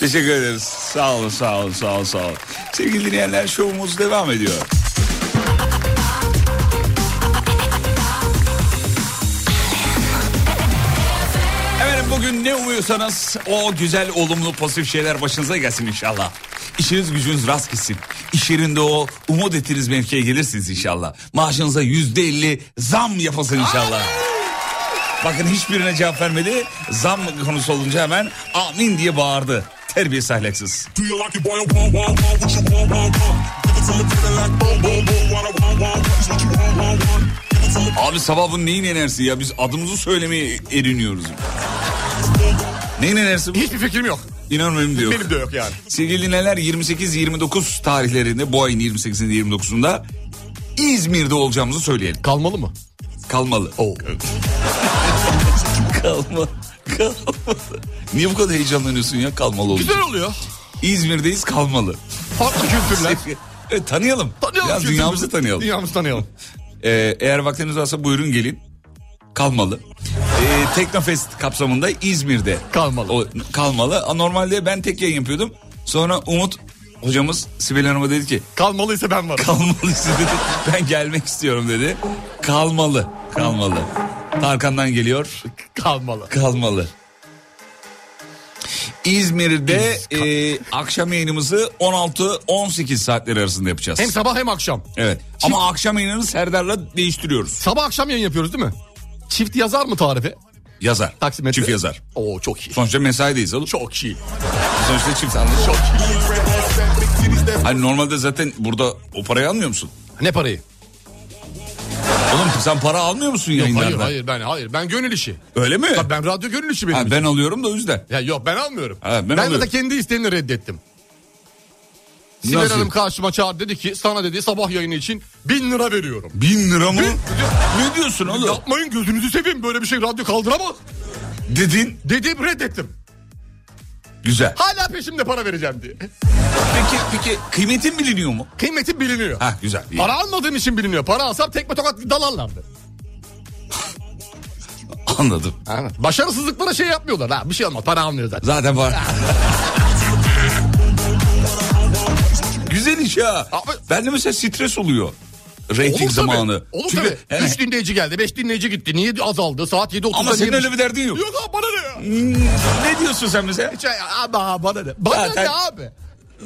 S4: Teşekkür ederiz. Sağ olun, sağ olun, sağ olun, sağ olun. Sevgili dinleyenler şovumuz devam ediyor. Efendim bugün ne umuyorsanız o güzel olumlu pozitif şeyler başınıza gelsin inşallah. İşiniz gücünüz rast gitsin. İş yerinde o umut ettiğiniz mevkiye gelirsiniz inşallah. Maaşınıza yüzde elli zam yapılsın inşallah. Bakın hiçbirine cevap vermedi. Zam konusu olunca hemen amin diye bağırdı. Terbiyesiz ahlaksız.
S2: Do you like your boy? Wah, wah, wah, what you want, wah, wah. Give it to me, feel it like boom, boom, boom. Wah, wah, wah, wah, is what you want, wah, wah. Give it to me,
S4: Abi sabah bunu neyin enerjisi ya? Biz adımızı söylemeye eriniyoruz. Neyin enerjisi bu? Hiçbir fikrim yok. İnan benim de yok.
S6: Benim de yok yani.
S4: Sevgili dinleyenler 28-29 tarihlerinde bu ayın 28'inde 29'unda İzmir'de olacağımızı söyleyelim. Kalmalı mı? Kalmalı. Kalmalı. Kalmalı. Niye bu kadar heyecanlanıyorsun ya kalmalı olunca?
S6: Güzel oluyor.
S4: İzmir'deyiz kalmalı.
S6: Farklı kültürler.
S4: Evet, tanıyalım.
S6: Tanıyalım.
S4: Biraz
S6: kültürümüzü.
S4: dünyamızı tanıyalım.
S6: Dünyamızı tanıyalım.
S4: Ee, eğer vaktiniz varsa buyurun gelin. Kalmalı. Ee, Teknofest kapsamında İzmir'de. Kalmalı. O, kalmalı. A, Normalde ben tek yayın yapıyordum. Sonra Umut hocamız Sibel Hanım'a dedi ki. Kalmalıysa ben varım. Kalmalıysa dedi. Ben gelmek istiyorum dedi. Kalmalı. Kalmalı. Tarkan'dan geliyor. Kalmalı. Kalmalı. İzmir'de e, akşam yayınımızı 16-18 saatleri arasında yapacağız.
S6: Hem sabah hem akşam.
S4: Evet. Ama akşam yayınını Serdar'la değiştiriyoruz.
S6: Sabah akşam yayın yapıyoruz değil mi? Çift yazar mı tarifi?
S4: Yazar. Taksimetre. Çift yazar. Oo çok iyi. Sonuçta mesaideyiz oğlum. Çok iyi. Sonuçta çift anladın. Çok Hani normalde zaten burada o parayı almıyor musun? Ne parayı? Oğlum sen para almıyor musun
S6: Yok,
S4: yayınlarda?
S6: hayır hayır ben hayır ben gönül işi.
S4: Öyle mi?
S6: Tabii ben radyo gönül işi benim.
S4: Ha,
S6: için.
S4: ben alıyorum da o yüzden.
S6: Ya yok ben almıyorum.
S4: Ha, ben
S6: ben
S4: alıyorum.
S6: zaten kendi isteğimle reddettim. Sibel
S4: Nasıl?
S6: Hanım karşıma çağırdı dedi ki sana dedi sabah yayını için bin lira veriyorum.
S4: Bin lira mı? ne diyorsun oğlum?
S6: Yapmayın gözünüzü seveyim böyle bir şey radyo kaldıramaz.
S4: Dedin?
S6: Dedim reddettim.
S4: Güzel.
S6: Hala peşimde para vereceğim diye.
S4: Peki peki kıymetin biliniyor mu?
S6: Kıymetim biliniyor.
S4: Ha güzel. iyi.
S6: Para almadığım için biliniyor. Para alsam tekme tokat dalarlardı.
S4: Anladım.
S6: Başarısızlıklara şey yapmıyorlar. Ha, bir şey olmaz para almıyor zaten.
S4: Zaten var. Güzel iş ya. Ben de mesela stres oluyor. Rating
S6: Olur tabii.
S4: zamanı.
S6: Olur
S4: Çünkü-
S6: tabii.
S4: Evet.
S6: Üç dinleyici geldi, beş dinleyici gitti. Niye azaldı? Saat 7.30'da
S4: Ama senin öyle bir derdin yok.
S6: Yok abi bana ne?
S4: ne diyorsun sen mesela?
S6: Hiç, ama bana ne? Bana
S4: Zaten-
S6: ne abi?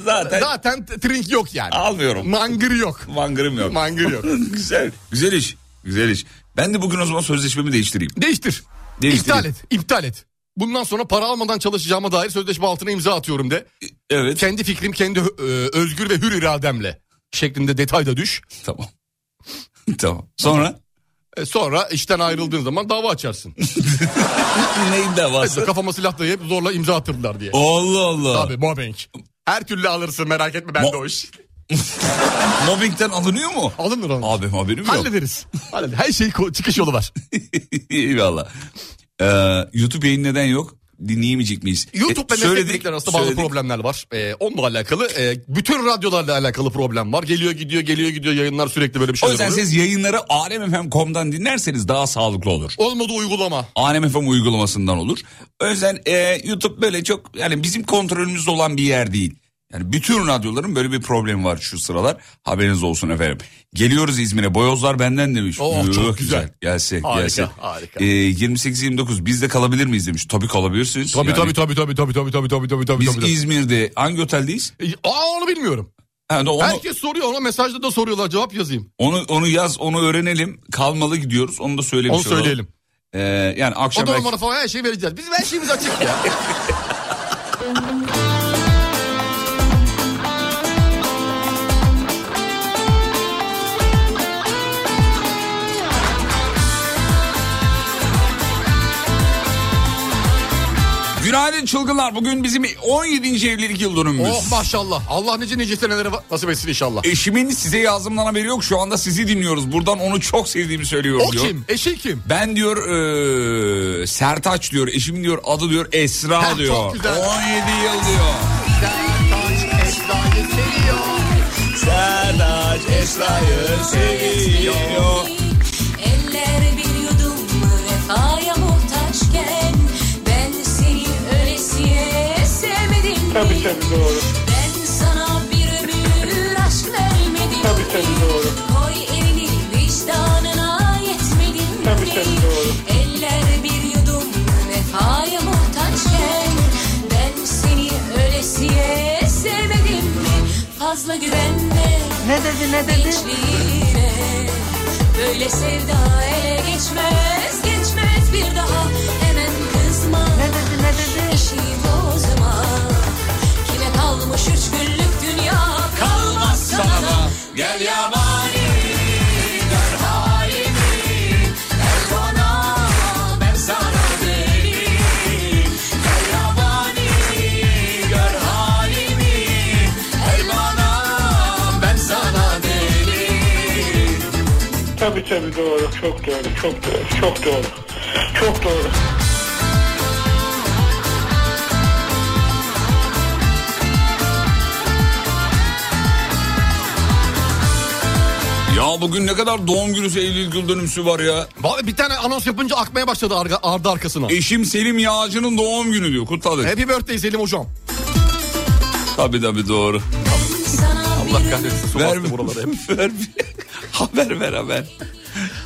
S4: Zaten-
S6: Zaten trink yok yani.
S4: Almıyorum.
S6: Mangır yok.
S4: Mangırım yok.
S6: Mangır yok.
S4: Güzel. Güzel iş. Güzel iş. Ben de bugün o zaman sözleşmemi değiştireyim.
S6: Değiştir.
S4: Değiştireyim.
S6: İptal et. İptal et. Bundan sonra para almadan çalışacağıma dair sözleşme altına imza atıyorum de.
S4: E, Evet.
S6: Kendi fikrim, kendi e, özgür ve hür irademle şeklinde detayda düş.
S4: Tamam. tamam. Sonra?
S6: E, sonra işten ayrıldığın zaman dava açarsın.
S4: Neyin davası?
S6: kafama silah dayayıp zorla imza attırdılar diye.
S4: Allah Allah.
S6: Tabii mobbing. Her türlü alırsın merak etme ben de o iş.
S4: Mobbingden alınıyor mu?
S6: Alınır alınır.
S4: Abim haberim yok.
S6: Hallederiz. Hallederiz. Her şey ko- çıkış yolu var.
S4: Eyvallah. Ee, YouTube yayın neden yok? Dinleyemeyecek miyiz?
S6: YouTube ve
S4: E, söyledik,
S6: meslekler arasında bazı
S4: söyledik.
S6: problemler var. Ee, onunla alakalı e, bütün radyolarla alakalı problem var. Geliyor gidiyor geliyor gidiyor yayınlar sürekli böyle bir
S4: O
S6: şeyler
S4: yüzden
S6: oluyor.
S4: siz yayınları alemfm.com'dan dinlerseniz daha sağlıklı olur.
S6: Olmadı uygulama.
S4: Alemfm uygulamasından olur. O yüzden e, YouTube böyle çok yani bizim kontrolümüzde olan bir yer değil. Yani bütün radyoların böyle bir problemi var şu sıralar. Haberiniz olsun efendim. Geliyoruz İzmir'e. Boyozlar benden demiş.
S6: Oh, çok
S4: Yuh,
S6: güzel.
S4: Gelsin,
S6: Harika,
S4: gelsin.
S6: harika.
S4: E, 28-29 biz de kalabilir miyiz demiş. Tabii kalabilirsiniz.
S6: Tabii
S4: Yani
S6: tabii tabii tabii tabii tabii tabii tabii tabii tabii.
S4: Biz
S6: tabii.
S4: İzmir'de hangi oteldeyiz?
S6: E, Aa onu bilmiyorum.
S4: Ha, onu-
S6: Herkes soruyor ona mesajda da soruyorlar cevap yazayım.
S4: Onu onu yaz, onu öğrenelim. Kalmalı gidiyoruz. Onu da söylemiş
S6: Onu söyleyelim.
S4: olalım. Ee, yani akşam
S6: Oda
S4: belki-
S6: numara falan her şeyi vereceğiz. Bizim her şeyimiz açık ya.
S4: Günaydın çılgınlar. Bugün bizim 17. evlilik yıl dönümümüz.
S6: oh maşallah. Allah nice nice senelere va- nasip etsin inşallah.
S4: Eşimin size yazdığımdan haberi yok. Şu anda sizi dinliyoruz. Buradan onu çok sevdiğimi söylüyorum
S6: o
S4: diyor.
S6: kim? E- Eşi kim?
S4: Ben diyor eee, Sertaç diyor. Eşimin diyor adı diyor Esra
S6: Ha, çok
S4: diyor.
S6: güzel.
S4: 17 yıl diyor. Sertaç Esra'yı seviyor.
S16: Eller bir yudum refaya muhtaçken Ben seni ölesiye sevmedim
S17: Tabii tabii doğru. Ben sana bir ömür aşk vermedim. Tabii tabii doğru. Koy elini vicdanına yetmedim. Tabii tabii doğru. Eller bir yudum vefaya muhtaçken ben seni ölesiye sevmedim mi? Fazla güvenme. Ne dedi ne dedi? Böyle sevda ele geçmez geçmez bir daha hemen kızma. Ne dedi ne dedi? İşi bozma. Kime kalmış üç günlük dünya kalmaz sana da. Gel yabani. gör halimi. Gel bana, ben sana deliyim. Gel yabani, gör halimi. Gel bana, ben sana deliyim.
S9: Tabii tabii doğru. Çok doğru. Çok doğru. Çok doğru. Çok doğru.
S4: Ya bugün ne kadar doğum günüsü, Eylül Gül dönümsü var ya.
S6: Vallahi bir tane anons yapınca akmaya başladı arka, ardı arkasına.
S4: Eşim Selim Yağcı'nın doğum günü diyor. Kutladık.
S6: Happy birthday Selim hocam.
S4: Tabii tabii doğru.
S6: Allah kahretsin. Su
S4: Ver-
S6: bastı buralara hep.
S4: ver bir- haber ver haber.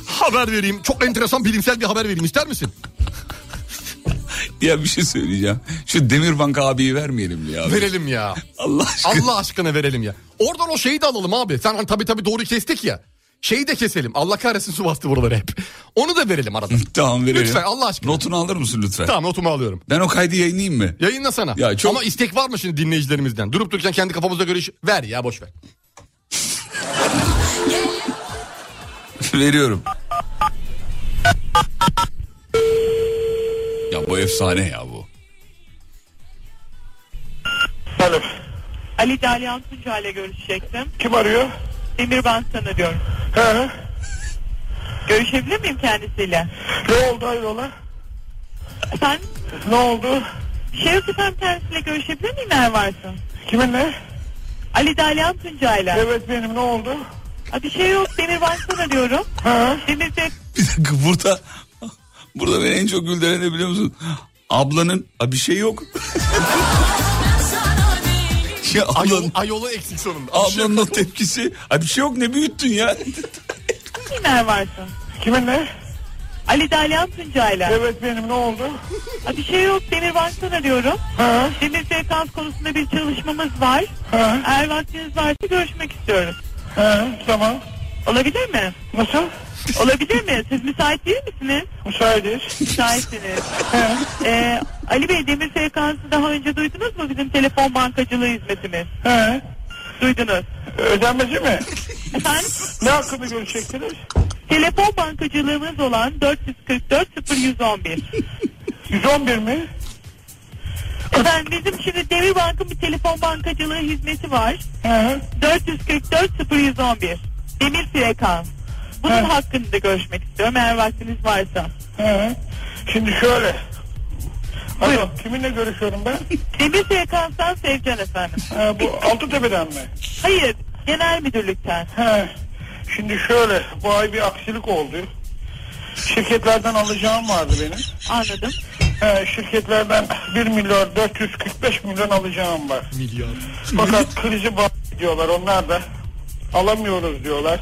S6: Haber vereyim. Çok enteresan bilimsel bir haber vereyim. İster misin?
S4: Ya bir şey söyleyeceğim. Şu Demirbank abiyi vermeyelim mi ya?
S6: Verelim ya.
S4: Allah aşkına.
S6: Allah aşkına verelim ya. Oradan o şeyi de alalım abi. Sen hani tabii tabii doğru kestik ya. Şeyi de keselim. Allah kahretsin su bastı buraları hep. Onu da verelim arada.
S4: Tamam verelim.
S6: Lütfen Allah aşkına.
S4: Notunu alır mısın lütfen?
S6: Tamam notumu alıyorum.
S4: Ben o kaydı yayınlayayım mı?
S6: Yayınla sana.
S4: Ya çok-
S6: Ama istek var mı şimdi dinleyicilerimizden? Durup dururken kendi kafamıza göre iş... Ver ya boş ver.
S4: Veriyorum. Ya bu efsane ya bu.
S18: Ali Dalyan Tunca ile görüşecektim.
S9: Kim arıyor?
S18: Demir ben sana diyorum.
S9: He.
S18: Görüşebilir miyim kendisiyle?
S9: Ne oldu hayrola?
S18: Sen?
S9: Ne oldu?
S18: Şevket efendim kendisiyle görüşebilir miyim eğer varsın?
S9: Kiminle?
S18: Ali Dalyan Tunca ile.
S9: Evet benim ne oldu?
S18: Ha, bir şey yok Demir ben sana diyorum. Demir de
S4: Bir dakika burada burada beni en çok güldüren ne biliyor musun? Ablanın "Ha, bir şey yok. ya ablanın,
S6: Ayolu eksik sonunda.
S4: ablanın o tepkisi. "Ha, bir şey yok ne büyüttün ya.
S18: miyim eğer varsın?
S9: Kiminle?
S18: Ali Dalyan Tunca ile.
S9: Evet benim ne oldu?
S18: Ha, bir şey yok Demir ben sana diyorum. Demir Zekans konusunda bir çalışmamız var. Eğer vaktiniz varsa görüşmek istiyoruz.
S9: tamam.
S18: Olabilir mi?
S9: Nasıl?
S18: Olabilir mi? Siz müsait değil misiniz?
S9: Müsaitiz.
S18: Müsaitsiniz. ee, Ali Bey Demir Frekans'ı daha önce duydunuz mu? Bizim telefon bankacılığı hizmetimiz.
S9: He.
S18: Duydunuz.
S9: Ödenmeci mi?
S18: Efendim?
S9: Ne hakkında görüşecektiniz?
S18: Telefon bankacılığımız olan 444 0111.
S9: 111 mi?
S18: Efendim bizim şimdi Demir Bank'ın bir telefon bankacılığı hizmeti var. 444 0111. Demir Frekans. Bunun hakkında görüşmek istiyorum eğer vaktiniz varsa.
S9: Şimdi şöyle. Alo kiminle görüşüyorum ben?
S18: Demir Frekans'tan Sevcan efendim.
S9: Ee, bu Altıtepe'den mi?
S18: Hayır, genel müdürlükten.
S9: He. Şimdi şöyle bu ay bir aksilik oldu. Şirketlerden alacağım vardı benim.
S18: Anladım.
S9: He, şirketlerden 1 milyar 445 milyon alacağım var. Milyar. Fakat krizi bağlı diyorlar onlar da. Alamıyoruz diyorlar.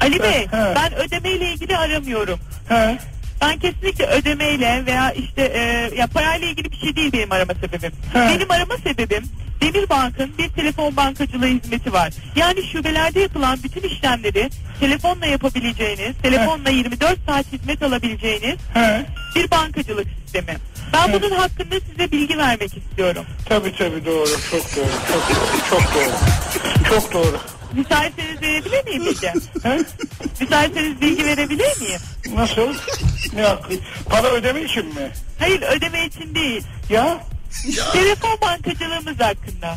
S18: Ali Bey,
S9: He, he.
S18: ben ödemeyle ilgili aramıyorum.
S9: He.
S18: Ben kesinlikle ödemeyle veya işte e, ya parayla ilgili bir şey değil benim arama sebebim. Benim arama sebebim Demir Bank'ın bir telefon bankacılığı hizmeti var. Yani şubelerde yapılan bütün işlemleri telefonla yapabileceğiniz, telefonla 24 saat hizmet alabileceğiniz bir bankacılık sistemi. Ben bunun hakkında size bilgi vermek istiyorum.
S9: Tabii tabii doğru. Çok doğru. Çok doğru. Çok doğru. Çok doğru.
S18: Müsaitseniz verebilir miyim bilgi? Müsaitseniz bilgi verebilir miyim?
S9: Nasıl? Ne hakkı? Para ödeme için mi?
S18: Hayır ödeme için değil.
S9: Ya?
S18: Telefon bankacılığımız hakkında.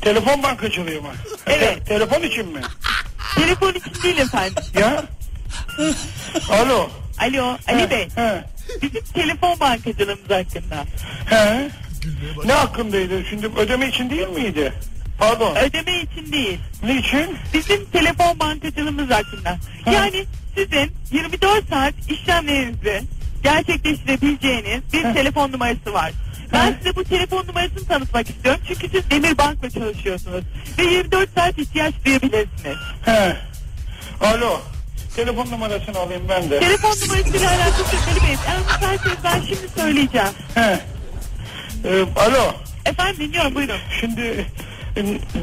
S9: Telefon bankacılığı mı?
S18: Evet.
S9: telefon için mi?
S18: Telefon için değil efendim.
S9: Ya? Alo.
S18: Alo Ali Bey. Bizim telefon bankacılığımız hakkında.
S9: He. Ne hakkındaydı? Şimdi ödeme için değil miydi? Pardon.
S18: Ödeme için değil.
S9: Niçin?
S18: Bizim telefon bankacılığımız hakkında. Yani sizin 24 saat işlemlerinizi gerçekleştirebileceğiniz bir telefon numarası var. Ben size bu telefon numarasını tanıtmak istiyorum. Çünkü siz Demir Bank'la çalışıyorsunuz. Ve 24 saat ihtiyaç duyabilirsiniz.
S19: He. Alo. Telefon numarasını alayım ben de.
S18: Telefon numarasıyla alakası yok Ali Bey. Eğer müsaitseniz ben şimdi söyleyeceğim.
S19: He. Ee, alo.
S18: Efendim dinliyorum buyurun.
S19: Şimdi e,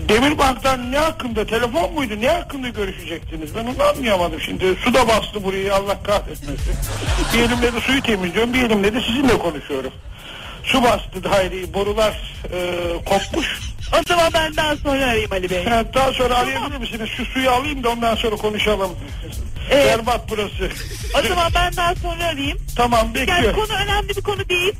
S19: Demirbank'tan ne hakkında telefon muydu ne hakkında görüşecektiniz ben onu anlayamadım şimdi su da bastı burayı Allah kahretmesin bir elimle de suyu temizliyorum bir elimle de sizinle konuşuyorum su bastı daireyi borular e, kopmuş
S18: o zaman ben daha sonra arayayım Ali Bey
S19: daha sonra arayabilir misiniz şu suyu alayım da ondan sonra konuşalım berbat burası
S18: Ee, O zaman ben daha sonra arayayım.
S19: tamam
S18: Yani
S19: bekliyorum
S18: konu önemli bir konu değil.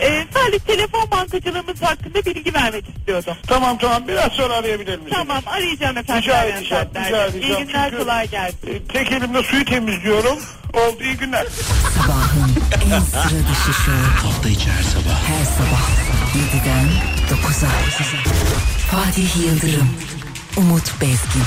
S18: Ee, sadece telefon bankacılığımız hakkında bilgi vermek istiyordum.
S19: Tamam tamam biraz sonra arayabilir misiniz?
S18: Tamam arayacağım efendim.
S19: Rica
S18: erken
S19: edeceğim,
S18: saatlerde.
S19: rica edeceğim.
S18: İyi günler
S19: Çünkü-
S18: kolay gelsin.
S19: E, tek elimle suyu temizliyorum oldu iyi günler
S3: Sabahın en sıra dışı şovu.
S14: Hafta içi her sabah.
S3: Her sabah 7'den 9'a. Fatih Yıldırım, Umut Bezgin.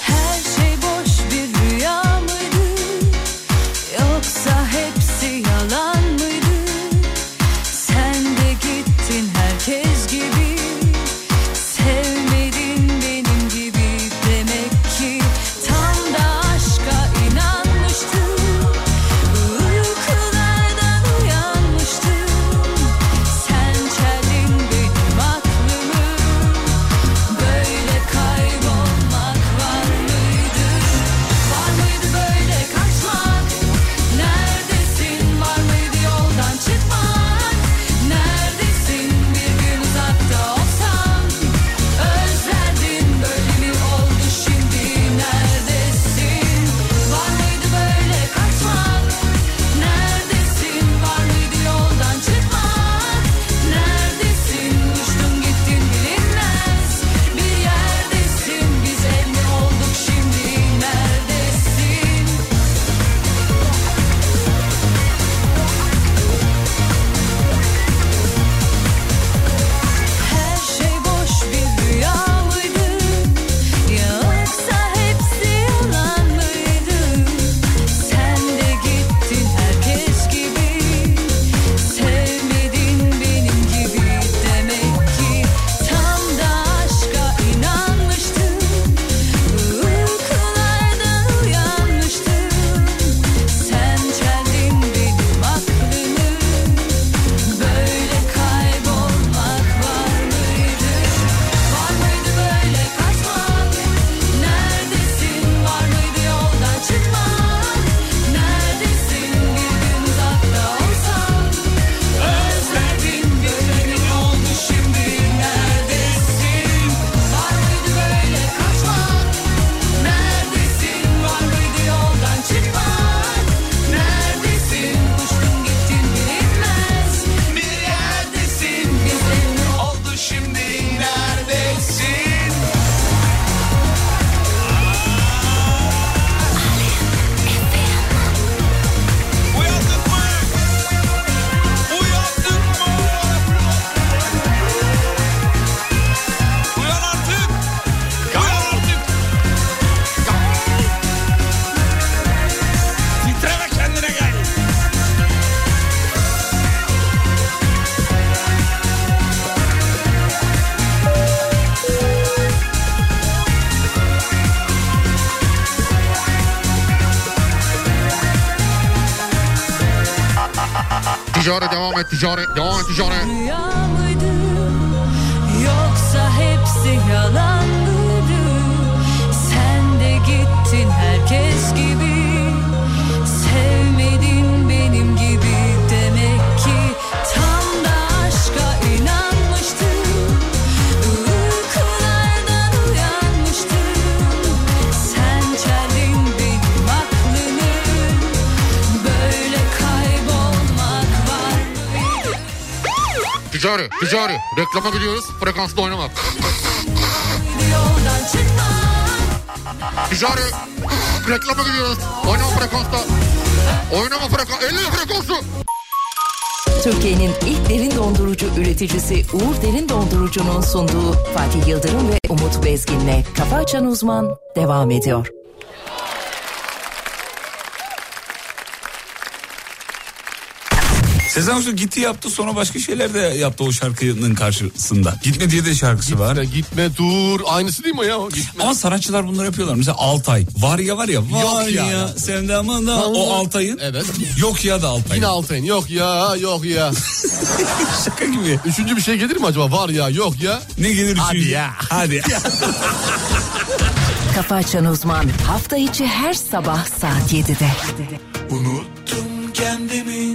S17: Her şey boş bir rüya mıydı? Yoksa hepsi yalan mıydı? Sen de gittin herkes gibi. Sevmedin benim gibi demek ki tam da aşka inanmıştım. Uykulardan uyanmıştım. Sen çeldin benim aklımı. Böyle kaybolmak var mıydı? Var mıydı böyle kaçmak? Neredesin? Var mıydı yoldan çıkmak? Neredesin? Bir gün uzakta olsam özlerdin. Böyle mi oldu şimdi? Neredesin? Var mıydı böyle kaçmak? Neredesin? Var mıydı yoldan çıkmak? Neredesin? Uçtun gittin bilinmez. Bir yerdesin. Biz el mi olduk şimdi? Neredesin? Her şey boş bir rüya mıydı? Yoksa hepsi yalan mıydı? Sen de gittin herkes gibi. Sevmedin benim gibi demek ki tam da aşka inanmıştım. Uykulardan uyanmıştım. Sen çeldin benim aklımı. Böyle kaybolmak var mıydı? Var mıydı böyle kaçmak? Neredesin? Var mıydı yoldan çıkmak? Neredesin? Bir gün uzakta olsam özlerdin. Görevin oldu şimdi. Neredesin? Var mıydı böyle kaçmak? Neredesin? Var mıydı yoldan çıkmak? Neredesin? Uçtun gittin bilinmez. Bir yerdesin. Biz elini oldu şimdi. Neredesin?
S4: Titreme kendine gel.
S6: Ticaret devam et ticaret devam et ticaret.
S17: Rüya mıydı? Yoksa hepsi yalan mıydı? Sen de gittin herkes gibi. Sevmedin benim gibi demek ki tam da aşka inanmıştım. Uykulardan uyanmıştım. Sen çeldin benim aklımı. Böyle kaybolmak var mıydı?
S6: Ticari, ticari. Reklama gidiyoruz. Frekansla oynama.
S17: Yoldan çıkmak
S6: Ticari. Reklama gidiyoruz. Oynama frekansta. Oynama frekans. Elle frekansı.
S3: Türkiye'nin ilk derin dondurucu üreticisi Uğur Derin Dondurucu'nun sunduğu Fatih Yıldırım ve Umut Bezgin'le Kafa Açan Uzman devam ediyor.
S4: Sezen Aksu gitti yaptı sonra başka şeyler de yaptı o şarkının karşısında. Gitme diye de şarkısı var.
S6: Gitme dur aynısı değil mi ya?
S4: Ama sanatçılar bunları yapıyorlar. Mesela Altay. Var ya var ya. Var
S6: Yok
S4: ya.
S6: ya.
S4: Sen de aman da o Altay'ın.
S6: Evet.
S4: Yok ya da Altay'ın.
S6: Yine Altay'ın yok ya yok ya. Şaka gibi. Üçüncü bir şey gelir mi acaba? Var ya yok ya.
S4: Ne gelir
S6: Hadi
S4: üçüncü?
S6: ya.
S4: Hadi.
S3: Kafa Açan Uzman hafta içi her sabah saat 7'de.
S5: Unuttum kendimi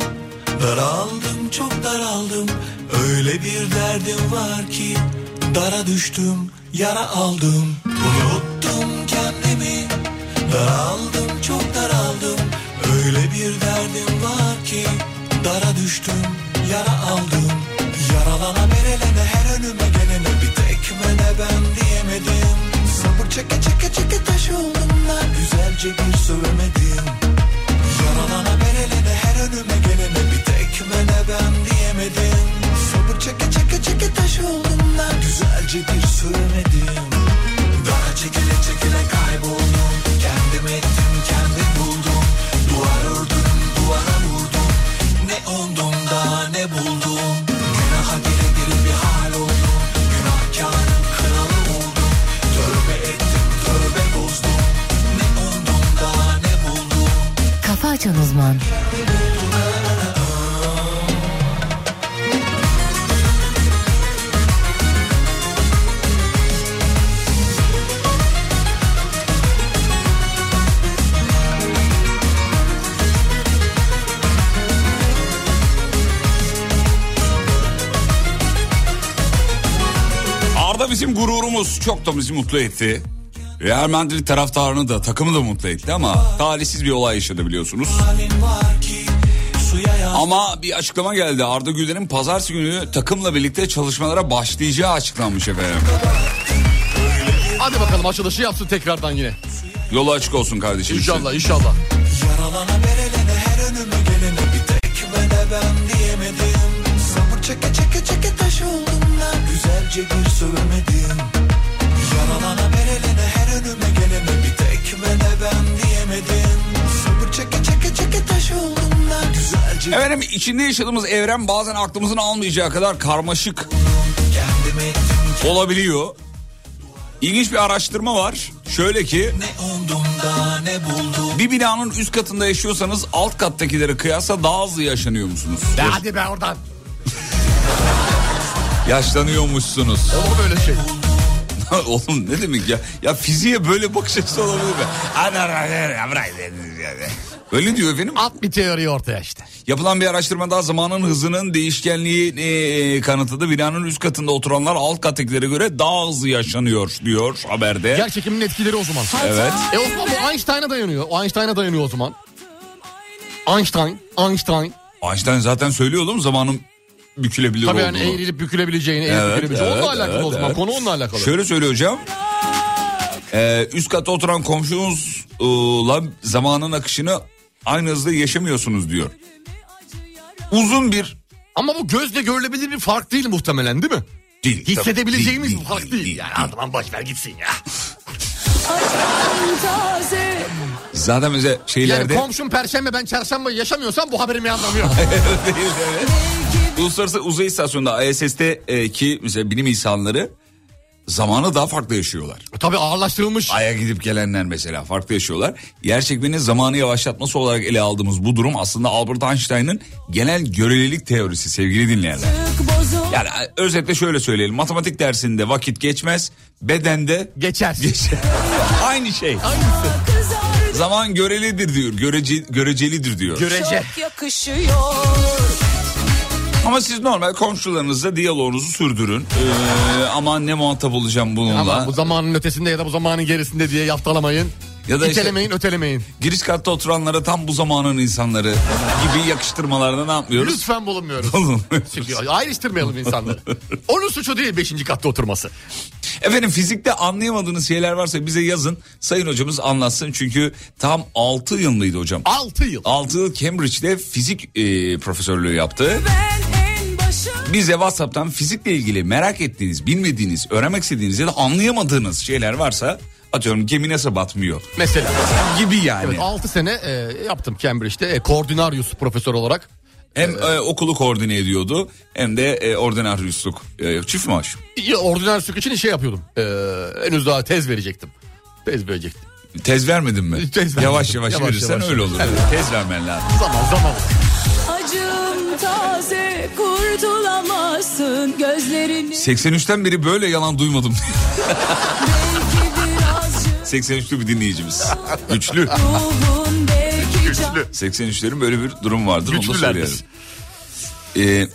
S5: Daraldım çok daraldım Öyle bir derdim var ki Dara düştüm yara aldım Unuttum kendimi Daraldım çok daraldım Öyle bir derdim var ki Dara düştüm yara aldım Yaralana berelene her önüme gelene Bir tekmene ben diyemedim Sabır çeke çeke çeke taş oldum da Güzelce bir sövemedim Yaralana berelene her önüme gelene bir tekmene ben diyemedim Sabır çeke çeke çeke taş oldum da güzelce bir süremedim Daha çekile çekile kayboldum Kendim ettim kendim buldum Duvar ördüm duvara vurdum Ne oldum daha ne buldum Günaha gire gire bir hal oldum Günahkarın kralı oldum Tövbe ettim tövbe bozdum Ne oldum daha ne buldum
S3: Kafa Açan Uzman.
S4: Arda bizim gururumuz çok da bizi mutlu etti. Real Madrid taraftarını da takımı da mutlu etti ama talihsiz bir olay yaşadı biliyorsunuz. Ama bir açıklama geldi. Arda Güler'in pazartesi günü takımla birlikte çalışmalara başlayacağı açıklanmış efendim.
S6: Hadi bakalım açılışı yapsın tekrardan yine.
S4: Yolu açık olsun kardeşim.
S6: İnşallah inşallah.
S5: Yaralana berelene her önüme gelene bir tek bana ben diyemedim Sabır çeke çeke çeke taş oldum da güzelce bir sövemedim Yaralana berelene her önüme gelene bir tek bana ben diyemedim Sabır çeke çeke çeke taş oldum da güzelce
S4: Efendim içinde yaşadığımız evren bazen aklımızın almayacağı kadar karmaşık olabiliyor. İlginç bir araştırma var. Şöyle ki
S5: daha ne buldum
S4: bir binanın üst katında yaşıyorsanız alt kattakilere kıyasla daha hızlı yaşanıyor musunuz?
S6: hadi be oradan.
S4: Yaşlanıyormuşsunuz.
S6: Olur böyle şey.
S4: Oğlum ne demek ya? Ya fiziğe böyle bakış açısı olabilir mi? Ana, ana, ana, bırak dediniz yani. Öyle diyor efendim.
S6: At bir teori ortaya işte.
S4: Yapılan bir araştırmada zamanın hızının değişkenliği e, kanıtladı. Binanın üst katında oturanlar alt kattakilere göre daha hızlı yaşanıyor diyor haberde.
S6: Yer çekiminin etkileri o zaman.
S4: Evet.
S6: E o zaman bu Einstein'a dayanıyor. O Einstein'a dayanıyor o zaman. Einstein, Einstein.
S4: Einstein zaten söylüyor oğlum zamanın bükülebilir
S6: Tabii yani
S4: olduğunu.
S6: eğrilip bükülebileceğini, eğrilip
S4: Evet,
S6: bükülebileceğini.
S4: evet,
S6: onunla alakalı o
S4: evet,
S6: zaman.
S4: evet.
S6: Konu onunla alakalı.
S4: Şöyle söylüyor hocam. Ee, üst katta oturan komşunuzla zamanın akışını aynı hızda yaşamıyorsunuz diyor. Uzun bir...
S6: Ama bu gözle görülebilir bir fark değil muhtemelen değil mi?
S4: Değil.
S6: Hissedebileceğimiz bir fark değil. yani o zaman boş ver gitsin ya.
S4: Zaten bize şeylerde...
S6: Yani komşum perşembe ben çarşamba yaşamıyorsam bu haberim yanılmıyor.
S4: Değil, evet. Uluslararası Uzay İstasyonu'nda ISS'te e, ki mesela bilim insanları zamanı daha farklı yaşıyorlar.
S6: E, Tabii ağırlaştırılmış.
S4: Ay'a gidip gelenler mesela farklı yaşıyorlar. Yer çekmenin zamanı yavaşlatması olarak ele aldığımız bu durum aslında Albert Einstein'ın genel görelilik teorisi sevgili dinleyenler. Yani e, özetle şöyle söyleyelim. Matematik dersinde vakit geçmez, bedende
S6: geçer.
S4: Aynı şey. Zaman görelidir diyor. Görece, görecelidir diyor.
S17: Çok yakışıyor.
S4: Ama siz normal komşularınızla diyaloğunuzu sürdürün. Ee, aman ne muhatap olacağım bununla.
S6: Ama bu zamanın ötesinde ya da bu zamanın gerisinde diye yaftalamayın.
S4: Ya da
S6: İtelemeyin,
S4: ötelemeyin. Giriş katta oturanlara tam bu zamanın insanları gibi yakıştırmalarda ne yapmıyoruz?
S6: Lütfen bulunmuyoruz.
S4: Çünkü
S6: ayrıştırmayalım insanları.
S4: Onun suçu değil 5. katta oturması. Efendim fizikte anlayamadığınız şeyler varsa bize yazın. Sayın hocamız anlatsın. Çünkü tam 6 yıl mıydı hocam? 6 yıl. 6 yıl Cambridge'de fizik e, profesörlüğü yaptı. Bize WhatsApp'tan fizikle ilgili merak ettiğiniz, bilmediğiniz, öğrenmek istediğiniz ya da anlayamadığınız şeyler varsa atıyorum gemi nasıl batmıyor
S6: Mesela.
S4: gibi yani.
S6: Evet, 6 sene e, yaptım Cambridge'de. E, koordinaryus profesör olarak.
S4: Hem e, okulu koordine ediyordu hem de e, ordinaryusluk. E, çift maaş.
S6: Ya, Ordinaryusluk için şey yapıyordum. E, henüz daha tez verecektim. Tez verecektim.
S4: Tez vermedin mi?
S6: Tez vermedim.
S4: Yavaş yavaş,
S6: Yavaş
S4: verirsen
S6: yavaş.
S4: öyle olur.
S6: Evet.
S4: Tez vermen lazım.
S6: Zaman zaman.
S17: Acım taze kurtulamazsın gözlerini
S4: 83'ten beri böyle yalan duymadım.
S17: belki birazcık
S4: 83'lü bir dinleyicimiz. Güçlü.
S17: ruhun belki can
S4: 83'lerin böyle bir durum vardır. Onu da
S6: Güçlüler
S4: söyleyelim. Ee,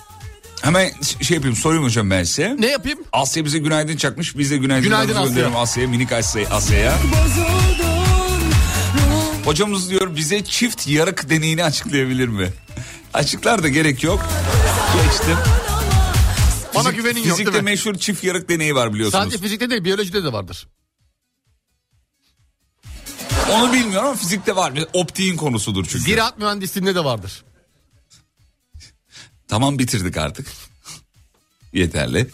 S4: hemen ş- şey yapayım sorayım hocam ben size. Ne
S6: yapayım?
S4: Asya bize günaydın çakmış. Biz de günaydın,
S6: Günaydın Asya.
S4: Asya'ya minik Asya, Asya'ya. Hocamız diyor bize çift yarık deneyini açıklayabilir mi? Açıklar da gerek yok. Geçtim.
S6: Bana güvenin yok, değil
S4: Fizikte
S6: mi?
S4: meşhur çift yarık deneyi var biliyorsunuz.
S6: Sadece fizikte değil biyolojide de vardır.
S4: Onu bilmiyorum ama fizikte var. Optiğin konusudur çünkü.
S6: Ziraat mühendisliğinde de vardır.
S4: Tamam bitirdik artık. Yeterli.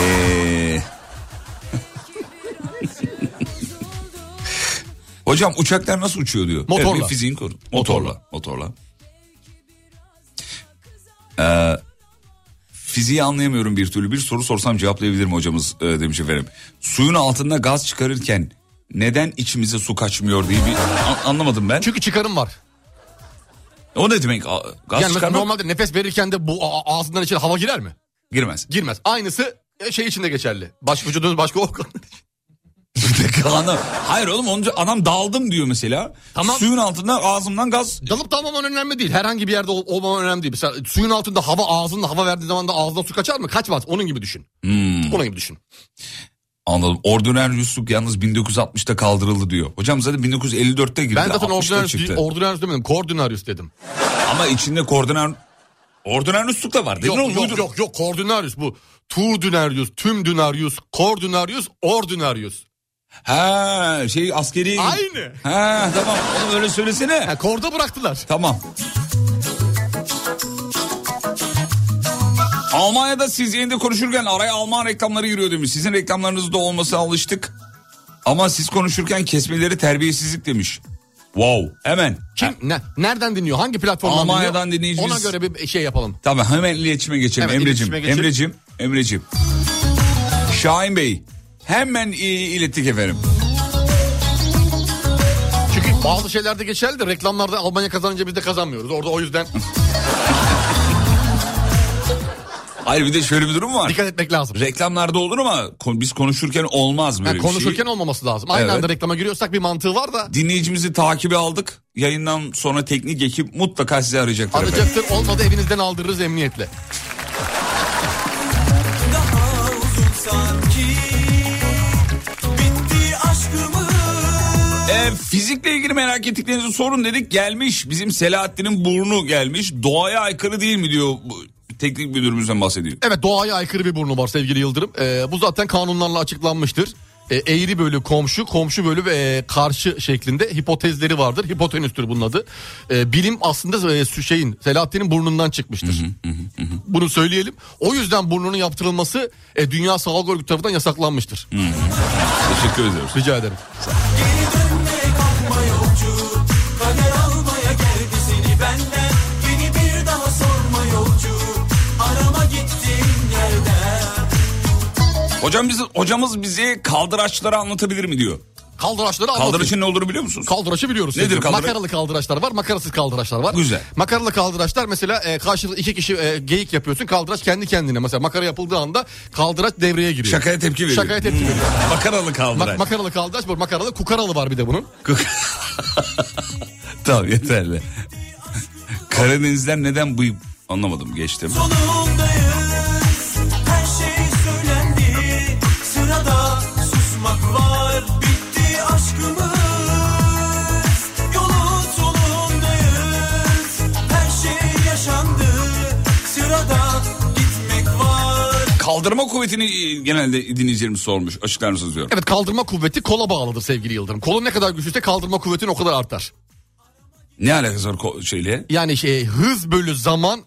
S4: Ee... Hocam uçaklar nasıl uçuyor diyor.
S6: Motorla.
S4: Evet, bir fiziğin konu. Motorla. Motorla. Ee, fiziği anlayamıyorum bir türlü. Bir soru sorsam cevaplayabilir mi hocamız e, demiş efendim. Suyun altında gaz çıkarırken neden içimize su kaçmıyor diye bir an- anlamadım ben. Çünkü
S6: çıkarım var.
S4: O ne demek? A- Gaz
S6: yani
S4: çıkarmak
S6: normalde nefes verirken de bu a- a- ağzından içeri hava girer mi?
S4: girmez.
S6: Girmez. Aynısı e, şey için de geçerli. Baş vücudunuz başka organ.
S4: Anam. Hayır oğlum onca anam daldım diyor mesela. Suyun altından ağzımdan gaz.
S6: Dalıp dalmaman önemli değil. Herhangi bir yerde ol- olmaman önemli değil. Mesela suyun altında hava ağzında hava verdiği zaman da ağzına su kaçar mı? Kaçmaz. Onun gibi düşün.
S4: Hmm.
S6: Onun gibi düşün.
S4: Anladım. Ordinaryusluk yalnız 1960'ta kaldırıldı diyor. Hocam zaten 1954'te girdi.
S6: ben zaten
S4: 60'ta
S6: ordinaryus,
S4: çıktı.
S6: ordinaryus demedim. Koordinaryus dedim.
S4: Ama içinde koordiner... Ordinaryusluk da var değil
S6: yok,
S4: mi? oğlum?
S6: yok,
S4: Uydur-
S6: yok yok koordinaryus bu. Tuğdünaryus, tümdünaryus, koordinaryus, ordinaryus.
S4: Ha şey askeri.
S6: Aynı.
S4: Ha tamam oğlum öyle söylesene. Ha,
S6: korda bıraktılar.
S4: Tamam. Almanya'da siz yayında konuşurken araya Alman reklamları giriyor demiş. Sizin reklamlarınız da olmasına alıştık. Ama siz konuşurken kesmeleri terbiyesizlik demiş. Wow hemen.
S6: Kim ne, nereden dinliyor? Hangi platformdan
S4: Almanya'dan
S6: dinliyor?
S4: dinleyicimiz-
S6: Ona göre bir şey yapalım.
S4: Tamam hemen iletişime geçelim
S6: Evet,
S4: Emre'cim.
S6: iletişime geçelim.
S4: Emre'cim. Emre'cim. Şahin Bey. Hemen e, ilettik efendim.
S6: Çünkü bazı şeylerde geçerli de reklamlarda Almanya kazanınca biz de kazanmıyoruz. Orada o yüzden
S4: Hayır bir de şöyle bir durum var.
S6: Dikkat etmek lazım.
S4: Reklamlarda olur ama kon- biz konuşurken olmaz böyle
S6: Ha,
S4: bir şey.
S6: konuşurken olmaması lazım. Aynı
S4: Evet.
S6: anda reklama giriyorsak bir mantığı var da
S4: Dinleyicimizi takibe aldık. Yayından sonra teknik ekip mutlaka sizi arayacaktır. efendim.
S6: arayacaktır. Olmadı evinizden aldırırız emniyetle.
S5: Daha uzun sanki Bitti aşkımız
S4: Ee, fizikle ilgili merak ettiklerinizi sorun dedik. Gelmiş bizim Selahattin'in burnu gelmiş. Doğaya aykırı değil mi diyor bu teknik müdürümüzden bahsediyor.
S6: Evet doğaya aykırı bir burnu var sevgili Yıldırım. Ee, bu zaten kanunlarla açıklanmıştır. Ee, eğri bölü komşu, komşu bölü ve e, karşı şeklinde hipotezleri vardır. Hipotenüstür bunun adı. Ee, bilim aslında e, şu şeyin Selahattin'in burnundan çıkmıştır. Bunu söyleyelim. O yüzden burnunun yaptırılması e, Dünya Sağlık Örgütü tarafından yasaklanmıştır.
S4: Teşekkür ediyoruz.
S6: Rica ederim.
S5: Kalkma yolcu Kader almaya geldi seni benden Beni bir daha sorma yolcu Arama gittiğin yerden
S4: Hocam biz, hocamız bize kaldıraçları anlatabilir mi diyor.
S6: Kaldıraçları anlatayım.
S4: Kaldıraçın ne olduğunu biliyor musunuz?
S6: Kaldıraçı biliyoruz.
S4: Nedir
S6: sevgili.
S4: kaldıraç?
S6: Şey Makaralı kaldıraçlar var, makarasız kaldıraçlar var.
S4: Güzel.
S6: Makaralı kaldıraçlar mesela e, karşılıklı iki kişi e, geyik yapıyorsun. Kaldıraç kendi kendine mesela makara yapıldığı anda kaldıraç devreye giriyor.
S4: Şakaya tepki veriyor.
S6: Şakaya tepki
S4: Hmm.
S6: veriyor.
S4: Makaralı kaldıraç.
S6: Mak- makaralı kaldıraç bu. Makaralı kukaralı var bir de bunun.
S4: Tamam yeterli. Karadenizler neden bıyık anlamadım geçtim.
S5: Sonundayız Her şey söylendi Sırada susmak var Bitti aşkımız şey
S4: Kaldırma kuvvetini e, genelde dinleyicilerimiz sormuş. Açıklar mısınız diyorum.
S6: Evet kaldırma kuvveti kola bağlıdır sevgili Yıldırım. Kolun ne kadar güçlüyse kaldırma kuvvetin o kadar artar.
S4: Ne alakası var ko- şeyle?
S6: Yani şey hız bölü zaman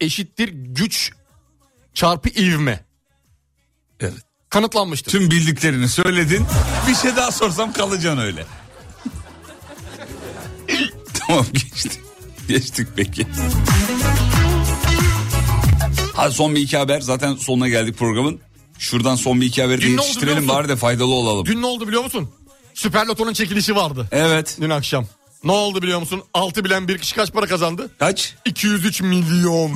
S6: eşittir güç çarpı ivme.
S4: Evet.
S6: Kanıtlanmıştır.
S4: Tüm bildiklerini söyledin. Bir şey daha sorsam kalacaksın öyle. tamam geçti. Geçtik peki. Hadi son bir iki haber. Zaten sonuna geldik programın. Şuradan son bir iki haberi de
S6: Dün ne oldu
S4: yetiştirelim
S6: biliyor musun?
S4: bari de faydalı olalım.
S6: Dün ne oldu biliyor musun? Süper Loto'nun çekilişi vardı.
S4: Evet.
S6: Dün akşam. Ne oldu biliyor musun? 6 bilen bir kişi kaç para kazandı?
S4: Kaç?
S6: 203 milyon.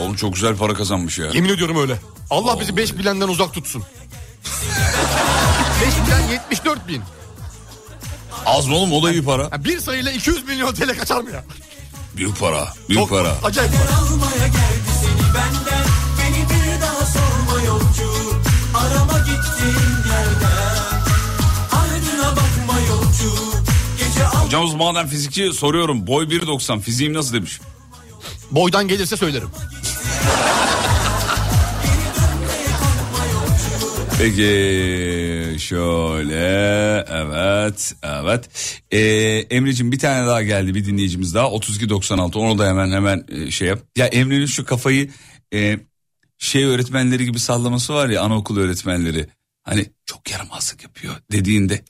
S4: Oğlum çok güzel para kazanmış ya.
S6: Yemin ediyorum öyle. Allah bizi 5 bilenden uzak tutsun. 5 bilen 74 bin.
S4: Az mı oğlum o da iyi para.
S6: Ya bir sayıyla 200 milyon TL kaçar mı ya?
S4: Büyük para. Büyük para.
S6: Acayip.
S5: Almaya geldi seni benden Beni bir daha sorma yolcu Arama gittiğin yerden Ardına bakma yolcu Gece al
S4: Hocamız madem fizikçi soruyorum. Boy 1.90 fiziğim nasıl demiş.
S6: Boydan gelirse söylerim.
S4: Peki şöyle evet evet ee, Emre'cim bir tane daha geldi bir dinleyicimiz daha 3296 onu da hemen hemen e, şey yap. Ya Emre'nin şu kafayı e, şey öğretmenleri gibi sallaması var ya anaokulu öğretmenleri hani çok yaramazlık yapıyor dediğinde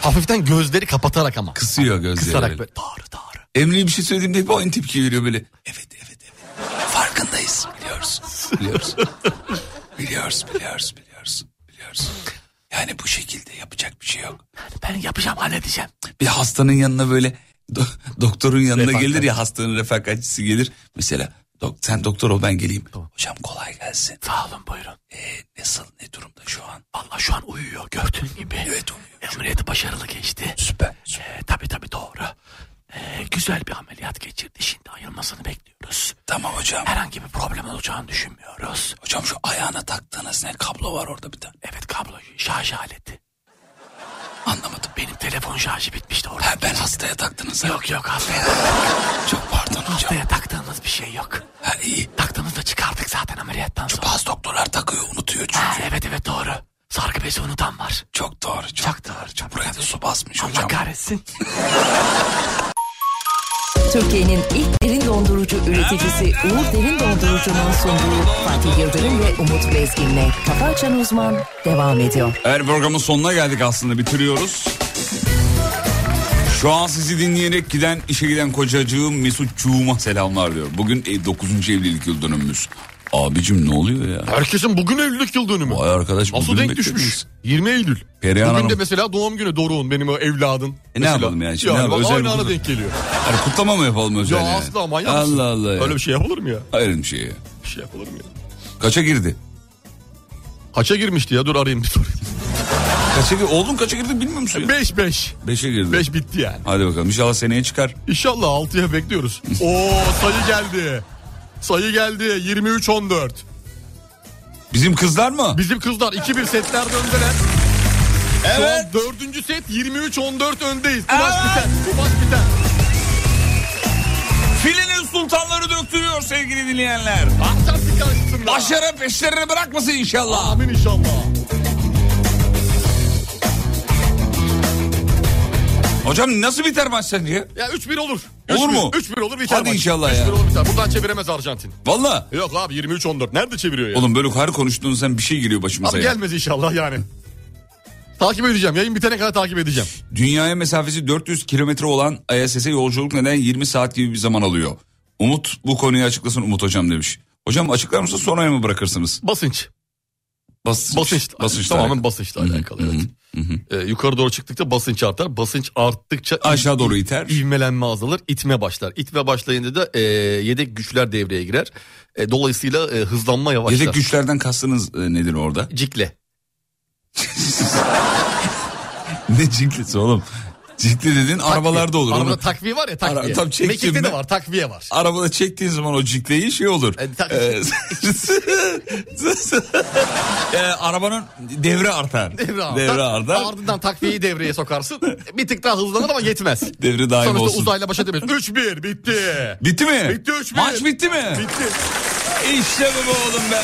S6: Hafiften gözleri kapatarak ama.
S4: Kısıyor gözleri
S6: Kısarak
S4: böyle.
S6: böyle.
S4: Emre'ye bir şey söylediğimde hep aynı tepki veriyor böyle evet evet evet farkındayız biliyoruz biliyoruz biliyoruz biliyoruz biliyoruz biliyoruz yani bu şekilde yapacak bir şey yok.
S6: Ben yapacağım halledeceğim.
S4: Bir hastanın yanına böyle do- doktorun yanına
S6: Refakat.
S4: gelir ya hastanın refakatçisi gelir. Mesela dok- sen doktor ol ben geleyim. Hocam kolay gelsin. Sağ olun buyurun. Ee, nasıl ne durumda şu an? Valla şu an uyuyor gördüğün gibi. Evet uyuyor. Ameliyatı başarılı geçti. Süper. süper. tabii tabii doğru. Ee, güzel bir ameliyat geçirdi. Şimdi ayılmasını bekliyoruz. Tamam hocam. Herhangi bir problem olacağını düşünmüyoruz. Hocam şu ayağına taktığınız ne kablo var orada bir tane. Evet kablo şarj aleti. Anlamadım. Benim telefon şarjı bitmişti orada. Ha, ben hastaya taktınız. Yok yok hastaya Çok pardon hocam. Hastaya taktığımız bir şey yok. Ha iyi. Taktığımızda çıkardık zaten ameliyattan sonra. Bazı doktorlar takıyor unutuyor çünkü. Ha, evet evet doğru. Sargı bezi unutan var. Çok doğru. Çok, doğru. Çok buraya da su basmış hocam.
S3: kahretsin. Türkiye'nin ilk derin dondurucu üreticisi Uğur Derin Dondurucu'nun sunduğu Fatih Yıldırım ve Umut Bezgin'le Kafa Açan Uzman devam ediyor.
S4: Evet programın sonuna geldik aslında bitiriyoruz. Şu an sizi dinleyerek giden işe giden kocacığım Mesutçuğuma selamlar diyor. Bugün e, 9. evlilik yıl dönümümüz. Abicim ne oluyor ya?
S6: Herkesin bugün evlilik yıl dönümü.
S4: Vay arkadaş
S6: Nasıl
S4: bugünü
S6: denk düşmüş?
S4: beklemişiz.
S6: 20 Eylül.
S4: Perihan
S6: Bugün de
S4: Hanım.
S6: mesela doğum günü Doruk'un benim o evladım.
S4: E ne yapalım yani şimdi?
S6: Yani
S4: ne yapalım?
S6: bak
S4: Özel
S6: aynı
S4: bir
S6: ana
S4: kutla-
S6: denk geliyor.
S4: Yani kutlama mı yapalım özel?
S6: Ya
S4: yani?
S6: asla manyak mısın?
S4: Allah Allah.
S6: Öyle bir şey yapılır mı ya?
S4: Hayır bir şey.
S6: Bir şey yapılır mı ya?
S4: Kaça girdi?
S6: Kaça girmişti ya? Dur arayayım bir sorayım.
S4: Kaça girdi? Oğlum kaça girdi bilmiyor musun?
S6: 5 5.
S4: 5'e girdi.
S6: 5 bitti yani.
S4: Hadi bakalım inşallah seneye çıkar.
S6: İnşallah 6'ya bekliyoruz. Oo sayı geldi. Sayı geldi. 23 14.
S4: Bizim kızlar mı?
S6: Bizim kızlar 2-1 setler döndüler.
S4: Evet.
S6: Son 4. set 23-14 öndeyiz. Bu maç biter. Bu maç biter.
S4: Filenin sultanları döktürüyor sevgili dinleyenler.
S6: Fantastik karşısında.
S4: Başarı peşlerine bırakmasın inşallah.
S6: Amin inşallah.
S4: Hocam nasıl biter maç sence?
S6: Ya 3-1 olur.
S4: Olur mu?
S6: 3-1 olur biter
S4: Hadi
S6: maç.
S4: inşallah
S6: 3-1
S4: ya.
S6: olur biter. Buradan çeviremez Arjantin.
S4: Valla.
S6: Yok abi 23-14. Nerede çeviriyor ya?
S4: Oğlum böyle her konuştuğun sen bir şey giriyor başımıza
S6: abi
S4: ya.
S6: gelmez inşallah yani. Takip edeceğim. Yayın bitene kadar takip edeceğim.
S4: Dünyaya mesafesi 400 kilometre olan ISS'e yolculuk neden 20 saat gibi bir zaman alıyor? Umut bu konuyu açıklasın Umut hocam demiş. Hocam açıklar mısın sonraya mı bırakırsınız?
S6: Basınç.
S4: Basınç.
S6: Basınç.
S4: Basınçla
S6: Tamamen
S4: alakalı.
S6: basınçla alakalı. evet. Ee, yukarı doğru çıktıkça basınç artar. Basınç arttıkça
S4: Aşağı doğru iter.
S6: İvmelenme azalır, itme başlar. İtme başlayınca da e, yedek güçler devreye girer. E, dolayısıyla e, hızlanma yavaşlar.
S4: Yedek güçlerden kastınız e, nedir orada?
S6: Cikle.
S4: ne ciklesi oğlum? Ciltli dedin arabalarda olur.
S6: Arabada
S4: Onu-
S6: takviye var ya takviye.
S4: Ara- tam çektin
S6: Mekik'te
S4: mi?
S6: de var takviye var. E,
S4: Arabada çektiğin zaman o cikleyi şey olur. Ee, Ee, arabanın devre artar.
S6: Devre artar.
S4: Devre artar.
S6: Ardından takviyeyi devreye sokarsın. E, Bir tık daha hızlanır ama yetmez.
S4: Devre daim
S6: Sonuçta
S4: olsun.
S6: uzayla baş edemiyorsun. 3-1 bitti.
S4: Bitti mi?
S6: Bitti 3-1.
S4: Maç bitti mi?
S6: Bitti.
S4: İşte bu be oğlum be.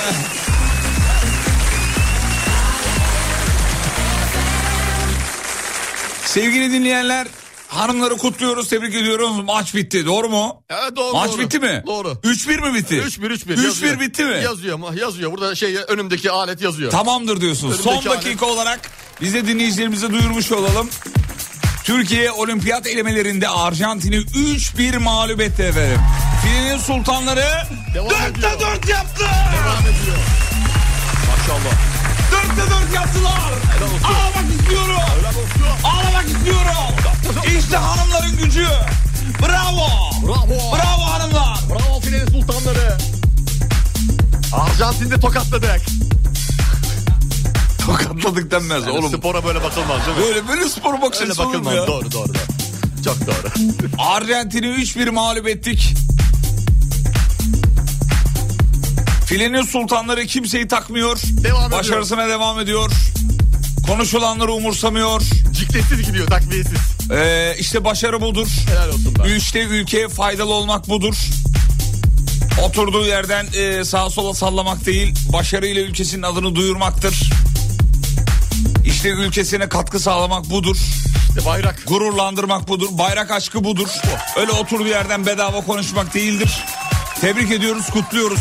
S4: Sevgili dinleyenler hanımları kutluyoruz tebrik ediyoruz maç bitti doğru mu?
S6: Evet doğru.
S4: Maç
S6: doğru.
S4: bitti mi?
S6: Doğru.
S4: 3-1 mi bitti?
S6: 3-1 3-1.
S4: 3-1 bitti mi?
S6: Yazıyor mu? Yazıyor. Burada şey önümdeki alet yazıyor.
S4: Tamamdır diyorsun.
S6: Önümdeki
S4: Son
S6: alet-
S4: dakika olarak bize dinleyicilerimize duyurmuş olalım. Türkiye olimpiyat elemelerinde Arjantin'i 3-1 mağlup etti efendim. Filenin sultanları
S6: Devam
S4: 4'te 4 yaptı. Devam
S6: ediyor.
S4: Maşallah. 4'te 4 yaptılar. Ağlamak istiyorum. Ağlamak istiyorum. İşte hanımların gücü. Bravo.
S6: Bravo.
S4: Bravo hanımlar.
S6: Bravo Filenin Sultanları. Arjantin'de tokatladık.
S4: Tokatladık denmez oğlum.
S6: Spora böyle bakılmaz değil mi?
S4: Böyle böyle spor bakış
S6: Öyle
S4: açısı olur mu
S6: bakılmaz.
S4: ya?
S6: Doğru doğru. doğru. Çok doğru.
S4: Arjantin'i 3-1 mağlup ettik. Filenin sultanları kimseyi takmıyor.
S6: Devam ediyor.
S4: Başarısına devam ediyor. Konuşulanları umursamıyor.
S6: Cikletsiz gidiyor takviyesiz.
S4: Ee, işte başarı budur.
S6: Helal olsun
S4: İşte ülkeye faydalı olmak budur. Oturduğu yerden e, sağa sola sallamak değil, başarıyla ülkesinin adını duyurmaktır. İşte ülkesine katkı sağlamak budur.
S6: bayrak.
S4: Gururlandırmak budur. Bayrak aşkı budur. Öyle oturduğu yerden bedava konuşmak değildir. Tebrik ediyoruz, kutluyoruz.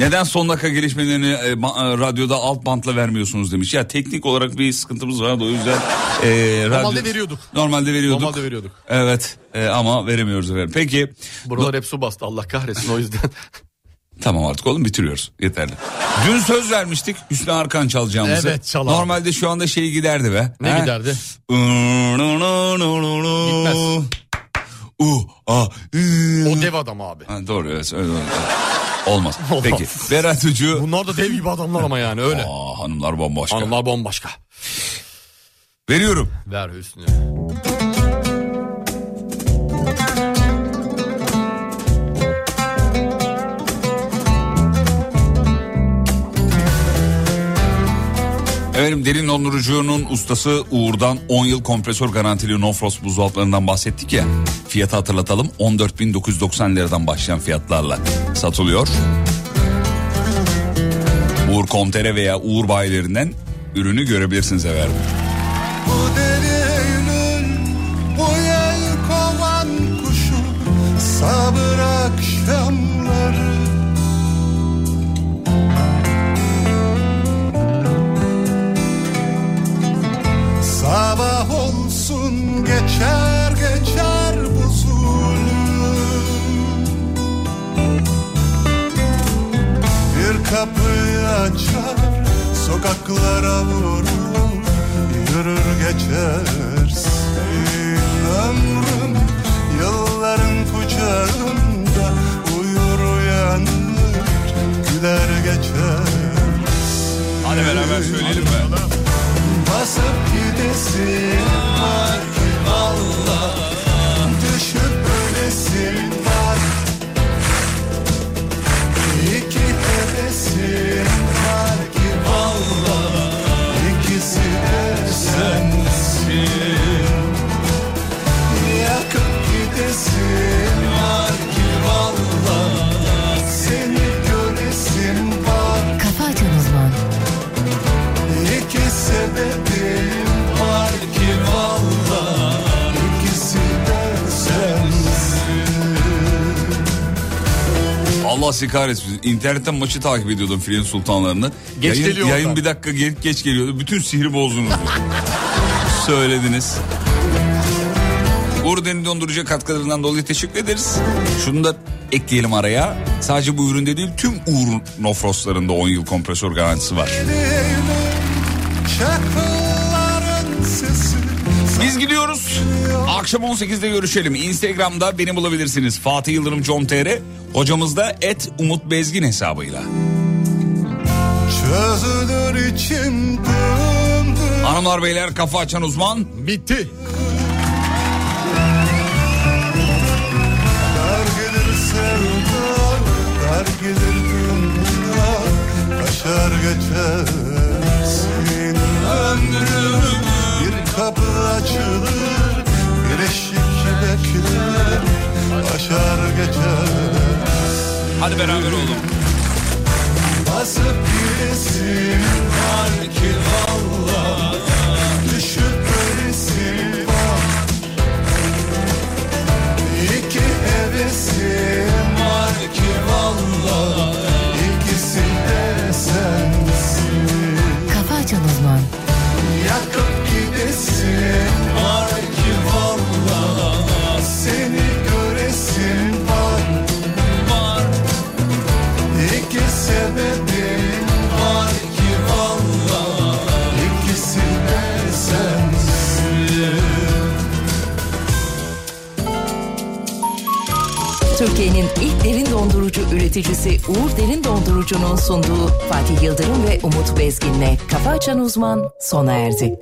S4: Neden son dakika gelişmelerini e, ma- e, radyoda alt bantla vermiyorsunuz demiş. Ya teknik olarak bir sıkıntımız vardı o yüzden. e,
S6: Normalde
S4: radyo-
S6: veriyorduk.
S4: Normalde veriyorduk.
S6: Normalde veriyorduk.
S4: Evet e, ama veremiyoruz efendim. Peki.
S6: Buralar hep su bastı Allah kahretsin o yüzden.
S4: Tamam artık oğlum bitiriyoruz. Yeterli. Dün söz vermiştik Hüsnü Arkan çalacağımızı.
S6: Evet, çal abi.
S4: Normalde şu anda şey giderdi be.
S6: Ne
S4: He?
S6: giderdi?
S4: Gitmez. Uh, ah,
S6: O dev adam abi.
S4: Ha, doğru evet öyle doğru. Olmaz. Peki. Ve radyocu.
S6: Bunlar da dev gibi adamlar ama yani öyle.
S4: Aa, hanımlar bombaşka.
S6: Hanımlar bombaşka.
S4: Veriyorum.
S6: Ver Hüsnü.
S4: Efendim derin dondurucunun ustası Uğur'dan 10 yıl kompresör garantili Nofrost buzdolaplarından bahsettik ya. Fiyatı hatırlatalım 14.990 liradan başlayan fiyatlarla satılıyor. Uğur Komtere veya Uğur bayilerinden ürünü görebilirsiniz efendim.
S10: Bu deli Eylül, bu yel kovan kuşu, sabır akşamları. Sabah olsun geçer geçer bu zulüm Bir kapıyı açar sokaklara vurur Yürür geçersin ömrüm Yılların kucağında uyur uyanır Güler geçersin
S4: Hadi beraber söyleyelim mi?
S10: Basıp gidesin var valla Düşüp ölesin var İki hevesin var ki valla İkisi de sensin Yakıp gidesin var ki valla Seni göresin var
S3: Kafa Açan Uzman.
S10: İki sebebim var ki valla İkisi de sensin
S4: Allah sizi kahretsin. İnternetten maçı takip ediyordum Filenin Sultanlarını.
S6: Geç
S4: yayın,
S6: geliyor
S4: Yayın
S6: oradan.
S4: bir dakika geç, geç geliyordu. Bütün sihri bozdunuz. Söylediniz. Uğur Derin Dondurucu katkılarından dolayı teşekkür ederiz. Şunu da ekleyelim araya. Sadece bu üründe değil tüm Uğur Nofroslarında 10 yıl kompresör garantisi var.
S10: Şakılların sesi
S4: Biz gidiyoruz. Akşam 18'de görüşelim. Instagram'da beni bulabilirsiniz. Fatih Yıldırım.com.tr Hocamız da et Umut Bezgin hesabıyla.
S5: Sözüdür içimden
S4: Hanımlar beyler kafa açan uzman. Bitti.
S5: Dar gelir sevdan, dar gelir dünya Kaşar geçersin ömrüm Bir kapı açılır, bir eşik bekler Kaşar geçersin
S4: Hadi beraber oğlum
S5: Nasıl birisi var ki valla Düşüp böylesi var İki hevesim var ki valla İkisi de sensin
S3: Kafa Açan Uzman.
S5: Yakıp gidesin var ki valla Seni göresin var Var İki sebebim var ki valla İkisi de sensin
S3: Türkiye'nin ilk derin dondurucu üreticisi Uğur Derin Dondurucu'nun sunduğu Fatih Yıldırım ve Umut Bezgin'le Kafa Açan Uzman sona erdi.